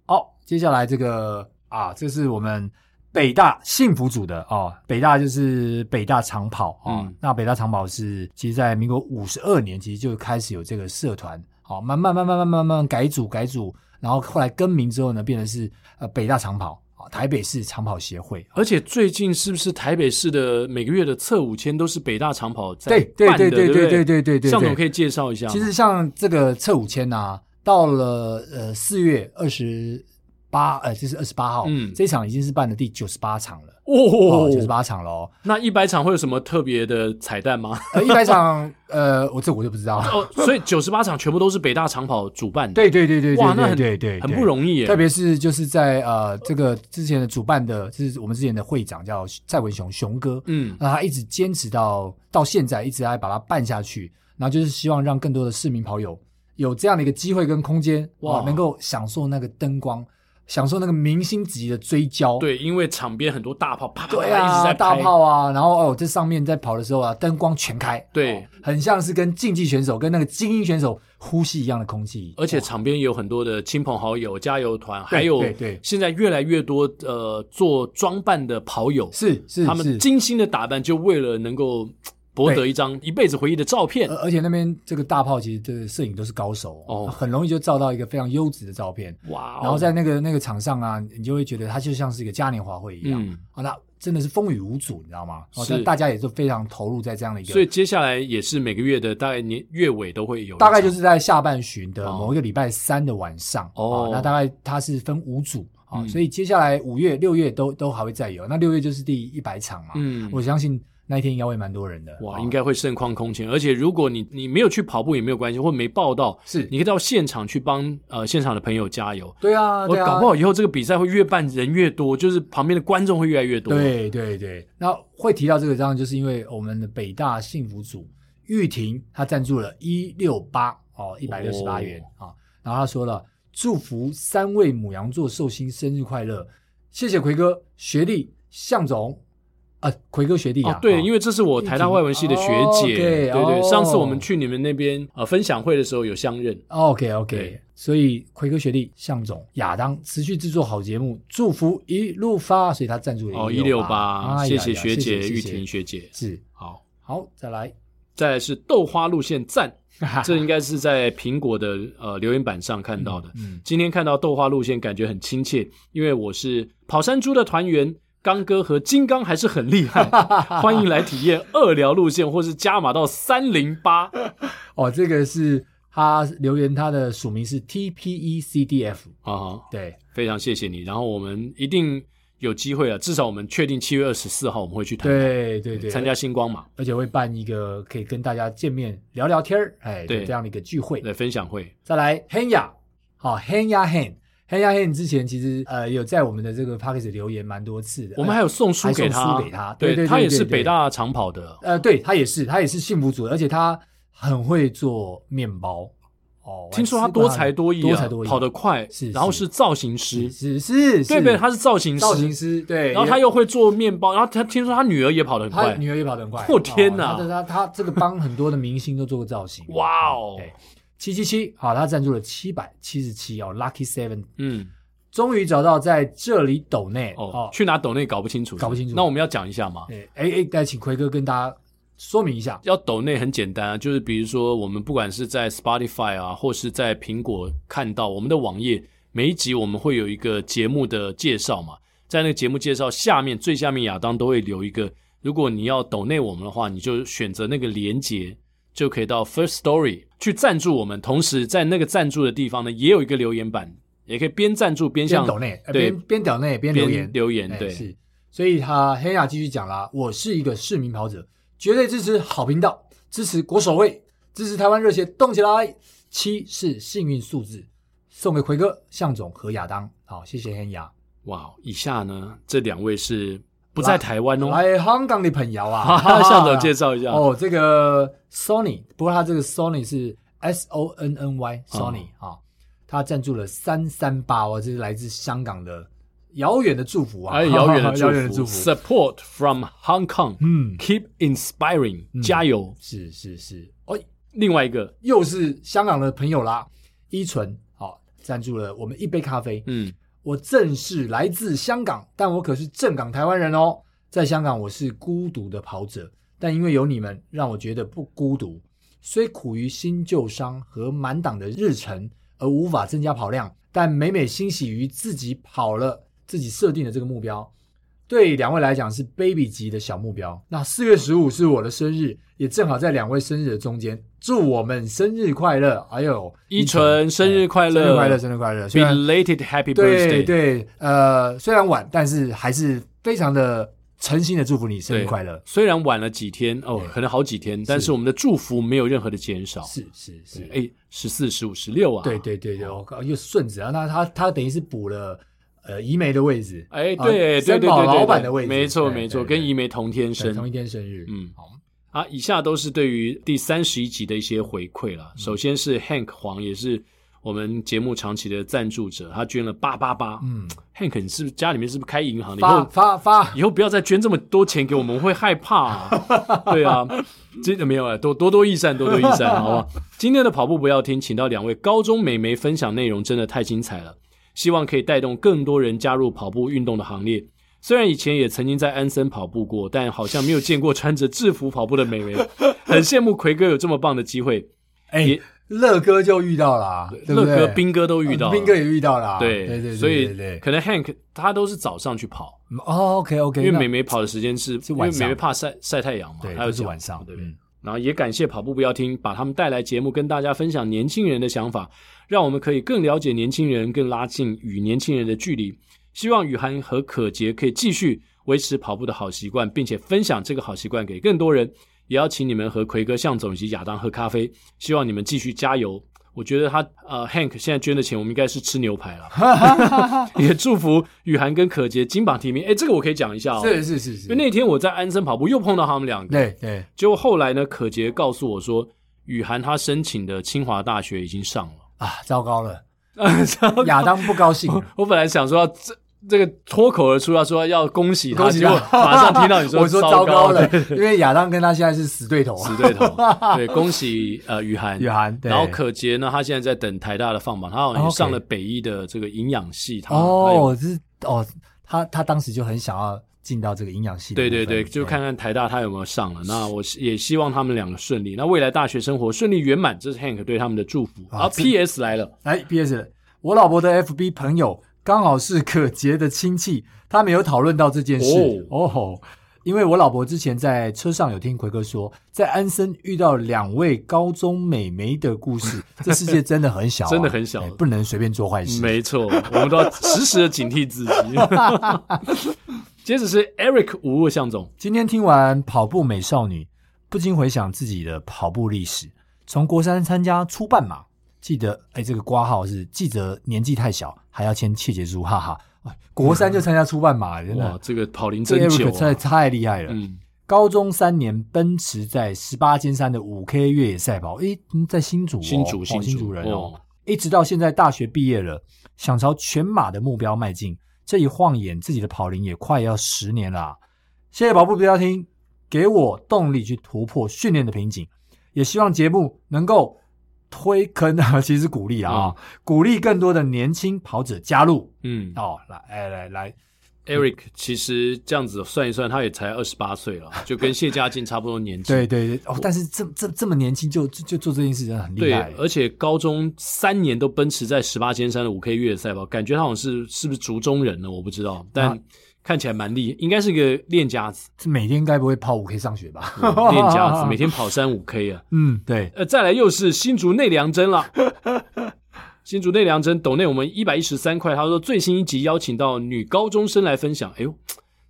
B: 哦，接下来这个啊，这是我们北大幸福组的哦，北大就是北大长跑啊、哦
A: 嗯
B: 那北大长跑是其实在民国五十二年，其实就开始有这个社团，好、慢慢慢慢慢慢慢慢改组改组，然后后来更名之后呢，变成是呃北大长跑啊、哦台北市长跑协会。
A: 而且最近是不是台北市的每个月的测五千都是北大长跑在
B: 对对
A: 办的
B: 对对
A: 不
B: 对对对对对，
A: 向总
B: 对
A: 可以介绍一下吗。
B: 其实像这个测五千呐，到了呃四月二十八，呃就是二十八号，
A: 嗯
B: 这场已经是办了第九十八场了。
A: 哦
B: 哦，九十八场喽。
A: 那一百场会有什么特别的彩蛋 吗？
B: 呃，一百场，呃，我这我就不知道。
A: 哦，所以九十八场全部都是北大长跑主办的，
B: 对对对对，
A: 哇
B: 对
A: 那很
B: 对对，对
A: 很不容易耶。
B: 特别是就是在呃这个之前的主办的，就是我们之前的会长叫蔡文雄雄哥，
A: 嗯，
B: 那他一直坚持到到现在，一直还把它办下去，然后就是希望让更多的市民跑友有这样的一个机会跟空间，哇，
A: 哇
B: 能够享受那个灯光，享受那个明星级的追焦，
A: 对，因为场边很多大炮，啪啪啪
B: 对
A: 一直
B: 啊，
A: 在
B: 大
A: 拍，
B: 炮啊，然后哦，这上面在跑的时候啊，灯光全开，
A: 对
B: 哦很像是跟竞技选手、跟那个精英选手呼吸一样的空气，
A: 而且场边有很多的亲朋好友、加油团，还有
B: 对对
A: 现在越来越多呃做装扮的跑友，
B: 是是
A: 他
B: 是
A: 们，精心的打扮，就为了能够博得一张一辈子回忆的照片
B: 而。而且那边这个大炮其实这个摄影都是高手
A: 哦
B: 很容易就照到一个非常优质的照片。
A: 哇哦，
B: 然后在那个那个场上啊，你就会觉得它就像是一个嘉年华会一样
A: 嗯
B: 啊，那真的是风雨无阻，你知道吗？哦
A: 是，
B: 但大家也就非常投入在这样的一个，
A: 所以接下来也是每个月的大概年月尾都会有一场，
B: 大概就是在下半旬的
A: 哦
B: 某一个礼拜三的晚上
A: 哦
B: 啊那大概它是分五组啊、
A: 嗯
B: 所以接下来五月、六月都都还会再有。那六月就是第一百场嘛，
A: 嗯，
B: 我相信那一天应该会蛮多人的。
A: 哇，
B: 啊
A: 应该会盛况空前。而且如果你你没有去跑步也没有关系，或没报到，
B: 是
A: 你可以到现场去帮呃现场的朋友加油。
B: 对啊，
A: 我
B: 对啊，
A: 搞不好以后这个比赛会越办人越多，就是旁边的观众会越来越多。，
B: 对对对，那会提到这个，当然就是因为我们的北大幸福组玉婷，她赞助了一六八哦，一百六十八元啊、然后她说了，祝福三位母羊座寿星生日快乐，谢谢奎哥、学弟、向总，啊，奎哥学弟啊，
A: 哦，对，因
B: 为
A: 为这是我台大外文系的学姐，
B: 玉婷
A: 对
B: 哦，OK，
A: 对，
B: 哦
A: 上次我们去你们那边呃分享会的时候有相认，
B: OK OK，
A: 对
B: 哦所以奎哥学弟、向总、亚当持续制作好节目，祝福一路发，所以他赞助了
A: 哦，一六
B: 168
A: 八，
B: 哎呀
A: 谢
B: 呀谢
A: 学姐玉婷
B: 婷，
A: 学姐，
B: 是
A: 好，
B: 好，再来。
A: 再来是豆花路线赞， 这应
B: 该
A: 该是在苹果的呃留言板上看到的。
B: 嗯，
A: 今天看到豆花路线，感觉很亲切，因为我是跑山猪的团员，刚哥和金刚还是很厉 害，欢迎来体验二聊路线，或是加码到三零八。
B: 哦，这个是他留言，他的署名是 T P E C D F，
A: 啊哈，
B: 对，
A: 非常谢谢你。然后我们一定有机会啊，至少我们确定七月二十四号我们会去谈，
B: 对对对，
A: 参加，星光嘛，
B: 而且会办一个可以跟大家见面聊聊天儿，哎，
A: 对
B: 这样的一个聚会。
A: 对，分享会。
B: 再来 Henya，好 Henya Han。黑鸭黑之前其实呃有在我们的这个 p a c k a g e 留言蛮多次的，
A: 我们还有送书给
B: 哎还
A: 他，
B: 送书给他对
A: 啊对
B: 对对
A: 他也是
B: 对对
A: 北大长跑的，
B: 呃对他也是他也是幸福组的，而且他很会做面包哦，
A: 听说他多才
B: 多
A: 多艺、啊，
B: 才多艺，
A: 跑得快，
B: 是
A: 然后
B: 是
A: 是造型师，
B: 是是是，
A: 对对，他是造型师，
B: 造型师对，
A: 然后
B: 也
A: 他又会做面包，然后他听说他女儿也跑得很
B: 他
A: 快，
B: 女儿也跑得很快。
A: 我天哪
B: 哦他他他这个帮很多的明星都做过造型。
A: 哇哦
B: 对，七七七，好，他赞助了七百七十七哦，Lucky Seven，
A: 嗯，
B: 终于找到在这里抖内
A: 哦
B: 哦，。
A: 去哪抖内搞不清楚，
B: 搞不清楚
A: 那我们要讲一下嘛，
B: 哎哎哎，来请奎哥跟大家说明一下。
A: 要抖内很简单啊，就是比如说我们不管是在 Spotify 啊，或是在苹果看到我们的网页，每一集我们会有一个节目的介绍嘛，在那个节目介绍下面最下面亚当都会留一个，如果你要抖内我们的话，你就选择那个连接。就可以到 First Story 去赞助我们，同时在那个赞助的地方呢，也有一个留言板，也可以边赞助边
B: 边
A: 向
B: 抖内，呃
A: 对
B: 边边抖内边留言
A: 边留言
B: 哎
A: 对
B: 是。所以他黑亚继续讲啦，我是一个市民跑者，绝对支持好频道，支持国手位，支持台湾热血动起来。七是幸运数字，送给奎哥、向总和亚当。好，谢谢黑亚。
A: 哇，以下呢这两位是不在台湾哦，
B: 来香港的朋友啊，
A: 哈 向总介绍一下
B: 哦，这个 Sony，不过他这个 Sony 是 S O N N Y
A: 哦
B: Sony 啊、他赞助了三三八哦，这是来自香港的遥远的祝福啊，
A: 还有哎遥远的
B: 遥远的祝
A: 祝
B: 福
A: 福，Support from Hong Kong，
B: 嗯
A: ，Keep inspiring，
B: 嗯
A: 加油！
B: 是是是，哦，
A: 另外一个，
B: 又是香港的朋友啦，依纯好赞助了我们一杯咖啡，
A: 嗯，
B: 我正是来自香港，但我可是正港台湾人哦。在香港，我是孤独的跑者，但因为有你们，让我觉得不孤独。虽苦于新旧伤和满档的日程而无法增加跑量，但每每欣喜于自己跑了自己设定的这个目标。对两位来讲是 baby 级的小目标。那四月十五是我的生日，也正好在两位生日的中间，祝我们生日快乐！哎呦，
A: 依纯生日快乐
B: 生日快乐，生日快乐！虽然
A: belated happy
B: 啊对
A: birthday，
B: 对，呃，虽然晚，但是还是非常的诚心的祝福你生日
A: 对
B: 快乐。
A: 虽然晚了几天哦，可能好几天，但是我们的祝福没有任何的减少。
B: 是是是，
A: 哎，十四、十五、十六啊，
B: 对，对对对，我靠，又顺子啊，那他他等于是补了呃怡梅的位置，
A: 哎，
B: 啊
A: 对对对
B: 森
A: 对，
B: 宝
A: 对
B: 老板的位置，
A: 没错
B: 对
A: 没
B: 对
A: 错，
B: 对
A: 跟怡梅同天
B: 对
A: 生，
B: 同一天生日，
A: 嗯
B: 好，
A: 啊，以下都是对于第三十一集的一些回馈啦。首先是 Hank 黄，也是我们节目长期的赞助者，他捐了八八八。
B: 嗯，
A: Hank，你是不是家里面是不是开银行？以
B: 发
A: 后
B: 发发，
A: 以后不要再捐这么多钱给我们，我会害怕、啊。对啊，这个没有啊，多多多益善，多多益善，好不 好？今天的跑步不要停，请到两位高中美眉分享内容，真的太精彩了。希望可以带动更多人加入跑步运动的行列。虽然以前也曾经在安森跑步过，但好像没有见过穿着制服跑步的美 眉，很羡慕奎哥有这么棒的机会。
B: 哎
A: 也，
B: 乐哥就遇到了啊，对不
A: 乐
B: 对
A: 哥、斌哥都遇到了，
B: 斌哥也遇到了啊，
A: 对
B: 对对，
A: 所以
B: 对对对
A: 可能 Hank 他都是早上去跑，
B: 哦，OK OK，
A: 因为美眉跑的时间是，因为
B: 晚上
A: 美眉怕晒晒太阳嘛，
B: 对
A: 还有
B: 都是晚上
A: 对不对
B: 嗯？
A: 然后也感谢跑步不要听，把他们带来节目，跟大家分享年轻人的想法，让我们可以更了解年轻人，更拉近与年轻人的距离。希望雨涵和可杰可以继续维持跑步的好习惯，并且分享这个好习惯给更多人。也要请你们和奎哥、向总以及亚当喝咖啡，希望你们继续加油。我觉得他呃，Hank 现在捐的钱，我们应该是吃牛排了。也祝福雨涵跟可杰金榜题名。哎，这个我可以讲一下哦，
B: 是嗯是是
A: 因
B: 是
A: 为，那天我在安森跑步又碰到他们两个，
B: 对对，
A: 结果后来呢，可杰告诉我说，雨涵他申请的清华大学已经上了。
B: 啊，糟糕了，
A: 然后
B: 亚当不高兴了。
A: 我本来想说要这这个脱口而出要说要恭喜他，
B: 恭喜
A: 结 果马上听到你说
B: 我说
A: 糟
B: 糟糕
A: 了
B: 了，，因为亚当跟他现在是死对头，
A: 死对 头。对，恭喜呃雨涵。
B: 雨涵，对哦
A: 然后可杰呢，他现在在等台大的放榜，他好像也
B: OK
A: 上了北医的这个营养系。他还啊有
B: 哦，这是哦，他他当时就很想要进到这个营养系的部
A: 对
B: 分，
A: 对对，就看看台大他有没有上了。那我也希望他们两个顺利，那未来大学生活顺利圆满，这是 Hank 对他们的祝福。
B: 啊
A: 啊
B: 这
A: ，PS 来了，
B: 来 PS，我老婆的 FB 朋友刚好是可杰的亲戚，他们有讨论到这件事哦吼。因为我老婆之前在车上有听奎哥说，在安森遇到两位高中美眉的故事， 这世界真的很小啊、
A: 真的很小
B: 哎不能随便做坏事。
A: 没错，我们都要时时的警惕自己。 接着是 Eric 无误向总，
B: 今天听完跑步美少女，不禁回想自己的跑步历史。从国三参加初半马，记得哎，这个挂号是记得年纪太小，还要签切结书，哈哈。哎国三就参加初半马， 真
A: 哇
B: 的，，
A: 这个跑龄
B: 这
A: 真
B: Eric
A: 久、
B: 真的
A: 啊，
B: 太厉害了。
A: 嗯，
B: 高中三年，奔驰在十八尖山的五 K 越野赛跑，诶，嗯在新竹、哦，
A: 新竹
B: 哦
A: 新竹
B: 新竹人哦
A: 哦
B: 一直到现在大学毕业了，想朝全马的目标迈进。这一晃眼，自己的跑龄也快要十年了啊、谢谢跑步不要听，给我动力去突破训练的瓶颈，也希望节目能够推坑 啊，其实鼓励啊、
A: 嗯
B: 鼓励更多的年轻跑者加入
A: 嗯
B: 哦，来，哎，来来，
A: ，Eric 其实这样子算一算，他也才二十八 岁了，就跟谢家劲差不多年纪。
B: 对对对，哦，但是这这这么年轻就就就做这件事，真的很厉
A: 对
B: 害。，
A: 而且高中三年都奔驰在十八尖山的五 K 越野赛跑，感觉他好像是是不是竹中人呢？我不知道，
B: 啊
A: 但看起来蛮厉，应该是个练家 子，
B: 这每天该不会跑五 K 上学吧？
A: 嗯练家子，每天跑山五 K 啊。
B: 嗯，对，
A: 呃，再来又是新竹内良真 了。新竹内良真抖内我们一百一十三块，他说最新一集邀请到女高中生来分享，哎呦，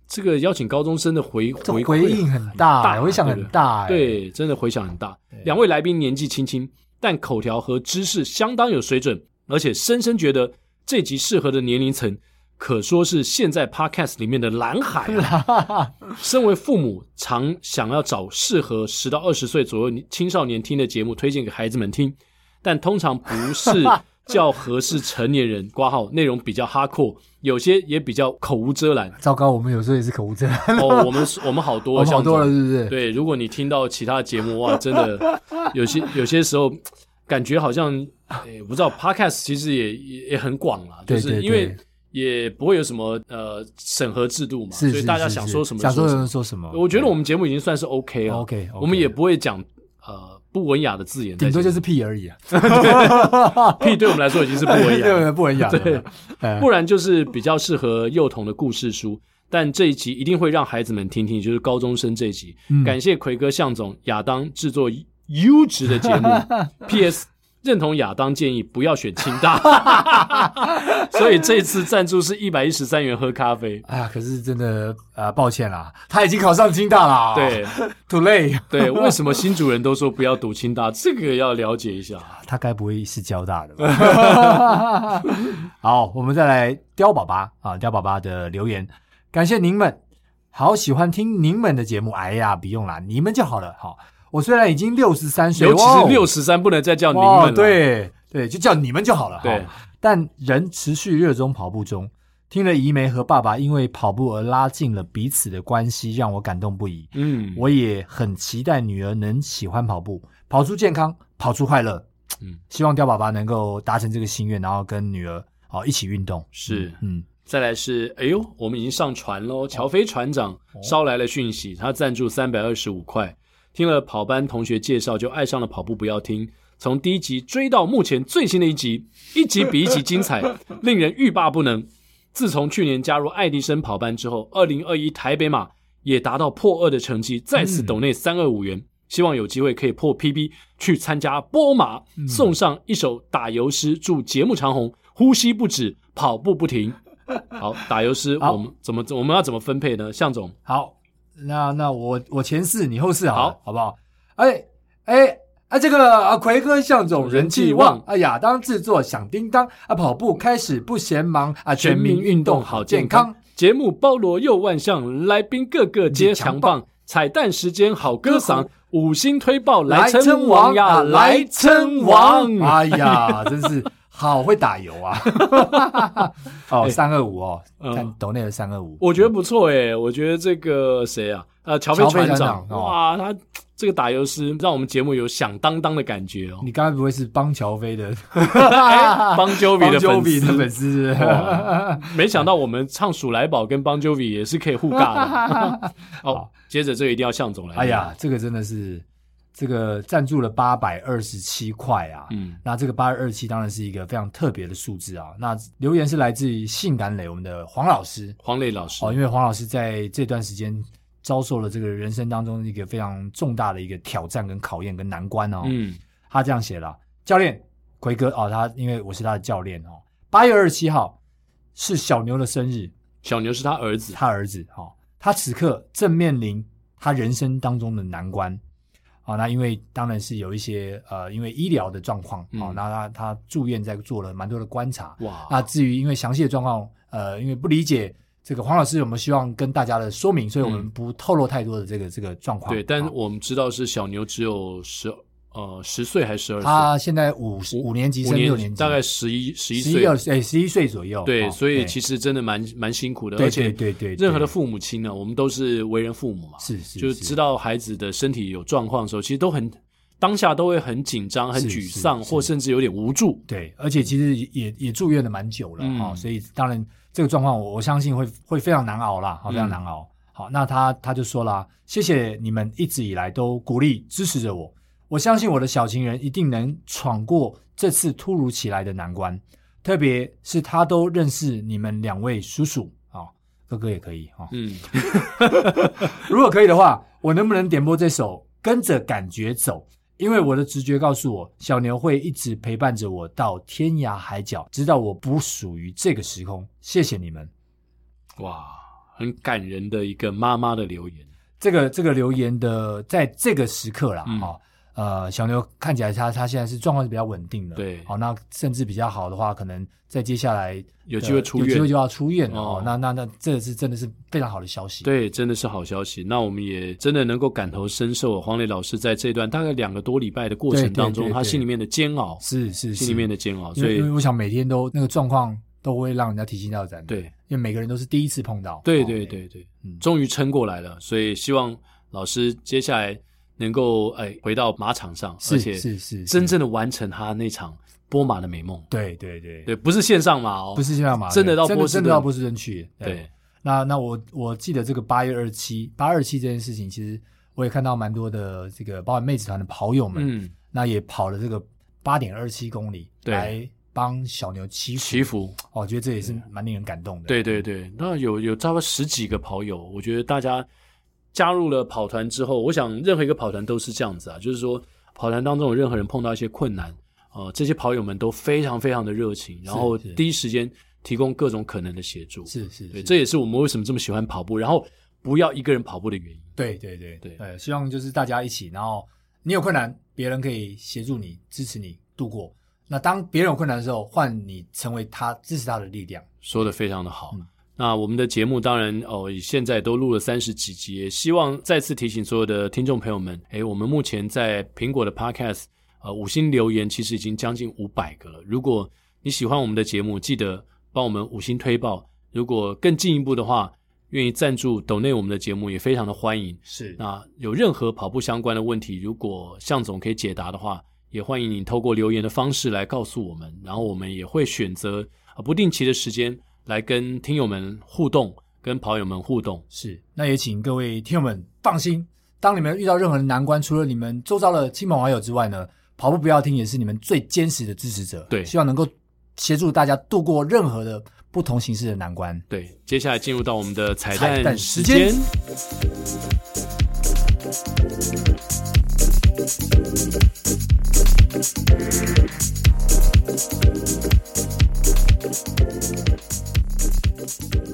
A: 这个邀请高中生的回
B: 这
A: 回馈
B: 回应很大、
A: 大
B: 欸，回响很大、欸。
A: 对，真的回响很大。两位来宾年纪轻轻，但口条和知识相当有水准，而且深深觉得这集适合的年龄层，可说是现在 Podcast 里面的蓝海、啊。 身为父母，常想要找适合十到二十岁左右青少年听的节目推荐给孩子们听，但通常不是较合适成年人。挂号内容比较哈阔，有些也比较口无遮拦。
B: 糟糕，我们有时候也是口无遮拦，
A: 哦，我们我们好多，
B: 我们好
A: 像
B: 多了，
A: 这种
B: 是不是？
A: 对，如果你听到其他节目 哇，真的有些有些时候感觉好像，诶我不知道 podcast 其实也也也很广啦，就
B: 对
A: 是
B: 对
A: 因为
B: 对
A: 也不会有什么呃审核制度嘛，
B: 是
A: 所
B: 是
A: 以大家
B: 是
A: 想
B: 是
A: 说什么
B: 想
A: 说什
B: 说什么
A: 么。
B: 说什么。
A: 我觉得我
B: 对
A: 们节目已经算是 OK 了
B: OK，OK
A: 我们也不会讲呃不文雅的字眼在
B: 顶
A: 里面，
B: 多就是屁而已 啊，
A: 屁，对我们来说已经是不文
B: 对
A: 雅了。
B: 对，不文雅。
A: 对，
B: 哎
A: 不然就是比较适合幼童的故事书。但这一集一定会让孩子们听听，就是高中生这一集。
B: 嗯
A: 感谢奎哥、向总、亚当制作优质的节 目。P.S. 认同亚当建议，不要选清大。 所以这次赞助是一百一十三元喝咖啡。
B: 哎呀，可是真的啊、呃抱歉啦，他已经考上清大啦。
A: 对
B: ，too late。
A: 对，为什么新主人都说不要读清大？这个要了解一 下。
B: 他该不会是交大的 吧？好，我们再来刁爸爸啊，刁爸爸的留言，感谢您们，好喜欢听您们的节目。哎呀，不用啦，你们就好了。好，我虽然已经六十三岁，哦
A: 尤其是六
B: 十，
A: 十三，不能再叫您
B: 哇
A: 们了。
B: 对对，就叫你们就好了。
A: 对
B: 好，但仍持续热衷跑步中。听了怡梅和爸爸因为跑步而拉近了彼此的关系，让我感动不已。
A: 嗯，
B: 我也很期待女儿能喜欢跑步，跑出健康，跑出快乐。
A: 嗯
B: 嗯，希望刁爸爸能够达成这个心愿，然后跟女儿哦一起运动。
A: 是。
B: 嗯，
A: 再来是，哎呦，我们已经上船喽！乔飞船长捎来了讯息，他赞助三百二十五块，听了跑班同学介绍，就爱上了跑步不要听，从第一集追到目前最新的一集，一集比一集精彩，令人欲罢不能。自从去年加入爱迪生跑班之后，二零二一台北马也达到破二的成绩，再次抖内三二五元，希望有机会可以破 PB 去参加波马，送上一首打油诗，祝节目长虹，呼吸不止，跑步不停。好，打油诗，
B: 好
A: 我们怎么我们要怎么分配呢？向总，
B: 好，那那我我前四，你后四好了，
A: 好
B: 好不好？哎哎啊，这个啊，奎哥向总人气旺
A: 人气
B: 啊，亚当制作响叮当啊，跑步开始不嫌忙啊，全民运动好健康。。
A: 节目包罗又万象，来宾个个皆强棒。彩蛋时间好歌
B: 歌
A: 嗓，五星推爆来
B: 来
A: 称
B: 称
A: 王
B: 王
A: 呀，
B: 啊，
A: 来
B: 来
A: 称
B: 称
A: 王
B: 王！！哎呀， 真是好会打油啊！ 哦，三二五哦，
A: 哎嗯
B: 看抖内的三二五，
A: 我觉得不错诶、我觉得这个谁啊？呃，乔飞
B: 乔飞
A: 船
B: 船
A: 长，
B: 长哦
A: 哇，他这个打油诗让我们节目有响当当的感觉 哦。哎
B: 你刚才不会是帮乔飞 的
A: 邦 Jovi 的粉
B: 比的
A: 丝，
B: 粉丝是不是？
A: 哇没想到我们唱《鼠来宝》跟邦 Jovi 也是可以互尬 的。哦，接着这个一定要向总来。
B: 哎呀，，这个真的是，这个赞助了八百二十七块啊。
A: 嗯，
B: 那这个八二七当然是一个非常特别的数字啊。那留言是来自于性感磊我们的黄老师
A: 黄磊老师
B: 哦，，因为黄老师在这段时间遭受了这个人生当中一个非常重大的一个挑战、跟考验、跟难关哦。
A: 嗯，
B: 他这样写了：教练奎哥哦，他因为我是他的教练哦，八月二十七号是小牛的生日，
A: 小牛是他儿子，
B: 他儿子哦，他此刻正面临他人生当中的难关。啊，那因为当然是有一些呃，因为医疗的状况
A: 嗯
B: 啊，那他他住院在做了蛮多的观察。
A: 哇，
B: 那至于因为详细的状况，呃，因为不理解这个黄老师有没有希望跟大家的说明，所以我们
A: 嗯
B: 不透露太多的这个这个状况。
A: 对，但
B: 啊
A: 我们知道是小牛只有十呃十岁还是十二
B: 他现在五十五年级
A: 岁，五
B: 升六
A: 年
B: 年级，
A: 大概十一十一
B: 十一二
A: 岁，
B: 哎十一岁左右。
A: 对，
B: 哦
A: 所以其
B: 对
A: 实真的蛮蛮辛苦的，
B: 对
A: 而且
B: 对对对
A: 任何的
B: 对
A: 父母亲呢，我们都是为人父母嘛，
B: 是是
A: 就是知道孩子的身体有状况的时候，其实都很当下都会很紧张、很
B: 是
A: 沮
B: 是
A: 丧，或
B: 是
A: 甚至有点无助。
B: 对，而且其实也也住院了蛮久了啊、
A: 嗯
B: 哦所以当然这个状况我我相信会会非常难熬啦，哦好、非常难熬。好，那他他就说啦，谢谢你们一直以来都鼓励支持着我，我相信我的小情人一定能闯过这次突如其来的难关，特别是他都认识你们两位叔叔啊、哦哥哥也可以啊、哦
A: 嗯，
B: 如果可以的话，我能不能点播这首《跟着感觉走》？因为我的直觉告诉我，小牛会一直陪伴着我到天涯海角，直到我不属于这个时空。谢谢你们。
A: 哇，很感人的一个妈妈的留言。
B: 这个这个留言的，在这个时刻啦，
A: 嗯
B: 哦，呃，小牛看起来他他现在是状况是比较稳定的，
A: 对
B: 好、那甚至比较好的话，可能在接下来
A: 有
B: 的
A: 机会出院
B: 有机会就要出院了哦
A: 哦
B: 那那那这是真的是非常好的消息，，
A: 对，真的是好消息。那我们也真的能够感同身受啊黄磊老师在这段大概两个多礼拜的过程
B: 对对
A: 当中，
B: 对
A: 他
B: 对
A: 心里面的煎熬，
B: 是是是
A: 心里面的煎熬，
B: 因
A: 所
B: 为
A: 以
B: 因为我想每天都那个状况都会让人家提心吊胆。，
A: 对
B: 因为每个人都是第一次碰到。
A: 对
B: 哦
A: 对，对对
B: 嗯，
A: 终于撑过来了。所以希望老师接下来能够哎回到马场上，而
B: 是
A: 且
B: 是是，
A: 真
B: 是
A: 正的完成他那场波马的美梦。
B: 对对对
A: 对，不是线上马哦，
B: 不是这哎样嘛？
A: 真的到
B: 真
A: 波
B: 的
A: 士
B: 真的
A: 顿
B: 到波士顿去。
A: 对，
B: 那那我我记得这个八月二七八二七这件事情，其实我也看到蛮多的这个包含妹子团的跑友们，
A: 嗯，
B: 那也跑了这个八点二七公里
A: 对
B: 来帮小牛祈
A: 祈
B: 福。
A: 福。
B: 哦，我觉得这也是蛮令人感动的。
A: 对对对，那有有差不多十几个跑友，我觉得大家加入了跑团之后，我想任何一个跑团都是这样子啊，就是说跑团当中有任何人碰到一些困难，呃，这些跑友们都非常非常的热情，然后
B: 是
A: 第一时间提供各种可能的协助。
B: 是，是
A: 对，
B: 是，
A: 这也是我们为什么这么喜欢跑步，然后不要一个人跑步的原因。
B: 对对对
A: 对
B: 呃，希望就是大家一起，然后你有困难，别人可以协助你、支持你度过。那当别人有困难的时候，换你成为他支持他的力量。
A: 说的非常的好。
B: 嗯
A: 那我们的节目当然哦，现在都录了三十几集，也希望再次提醒所有的听众朋友们，诶，我们目前在苹果的 Podcast 呃五星留言其实已经将近五百个了。如果你喜欢我们的节目，记得帮我们五星推爆。如果更进一步的话，愿意赞助抖内我们的节目也非常的欢迎。
B: 是
A: 那有任何跑步相关的问题，如果向总可以解答的话，也欢迎你透过留言的方式来告诉我们，然后我们也会选择呃不定期的时间来跟听友们互动，跟跑友们互动。
B: 是，那也请各位听友们放心，当你们遇到任何的难关，除了你们周遭的亲朋好友之外呢，跑步不要听也是你们最坚实的支持者。
A: 对
B: 希望能够协助大家度过任何的不同形式的难关。
A: 对，接下来进入到我们的彩
B: 彩
A: 蛋
B: 蛋
A: 时
B: 时
A: 间
B: 间。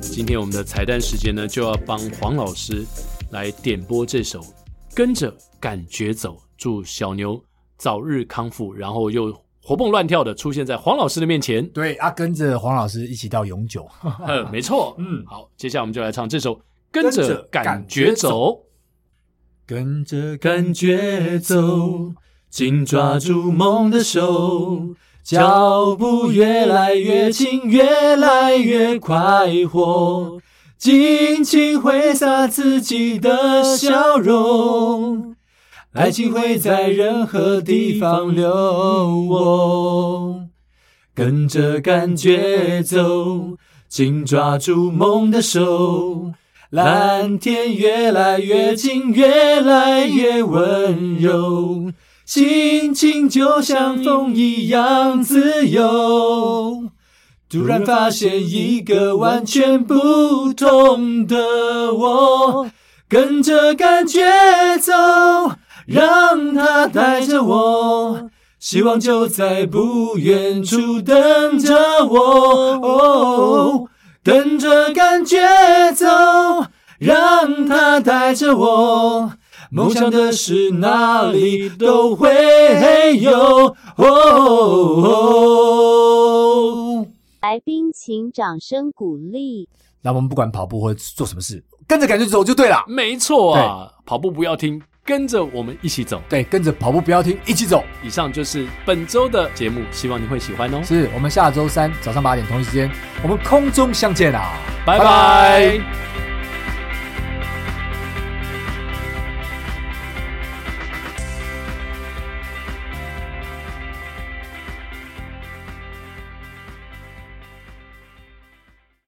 C: 今天我们的彩蛋时间呢，就要帮黄老师来点播这首《跟着感觉走》，祝小牛早日康复，然后又活蹦乱跳的出现在黄老师的面前。
B: 对啊，跟着黄老师一起到永久。
C: 呃，没错，嗯，好，接下来我们就来唱这首《跟
B: 跟
C: 着
B: 着
C: 感
B: 感
C: 觉
B: 觉
C: 走》。
B: 跟着
C: 感觉走，紧抓住梦的手，脚步越来越轻，越来越快活，尽情挥洒自己的笑容，爱情会在任何地方流动。跟着感觉走，紧抓住梦的手，蓝天越来越近，越来越温柔，心情就像风一样自由。突然发现一个完全不同的我，跟着感觉走，让它带着我。希望就在不远处等着我，哦等着感觉走，让它带着我。梦想的事哪里都会有。哦
D: 来宾请掌声鼓励。
B: 那我们不管跑步或做什么事，跟着感觉走就对了。
C: 没错啊，跑步不要听，跟着我们一起走。
B: 对，跟着跑步不要停，一起走。
C: 以上就是本周的节目，希望你会喜欢哦。
B: 是我们下周三早上八点同一时间，我们空中相见啊！
C: 拜拜。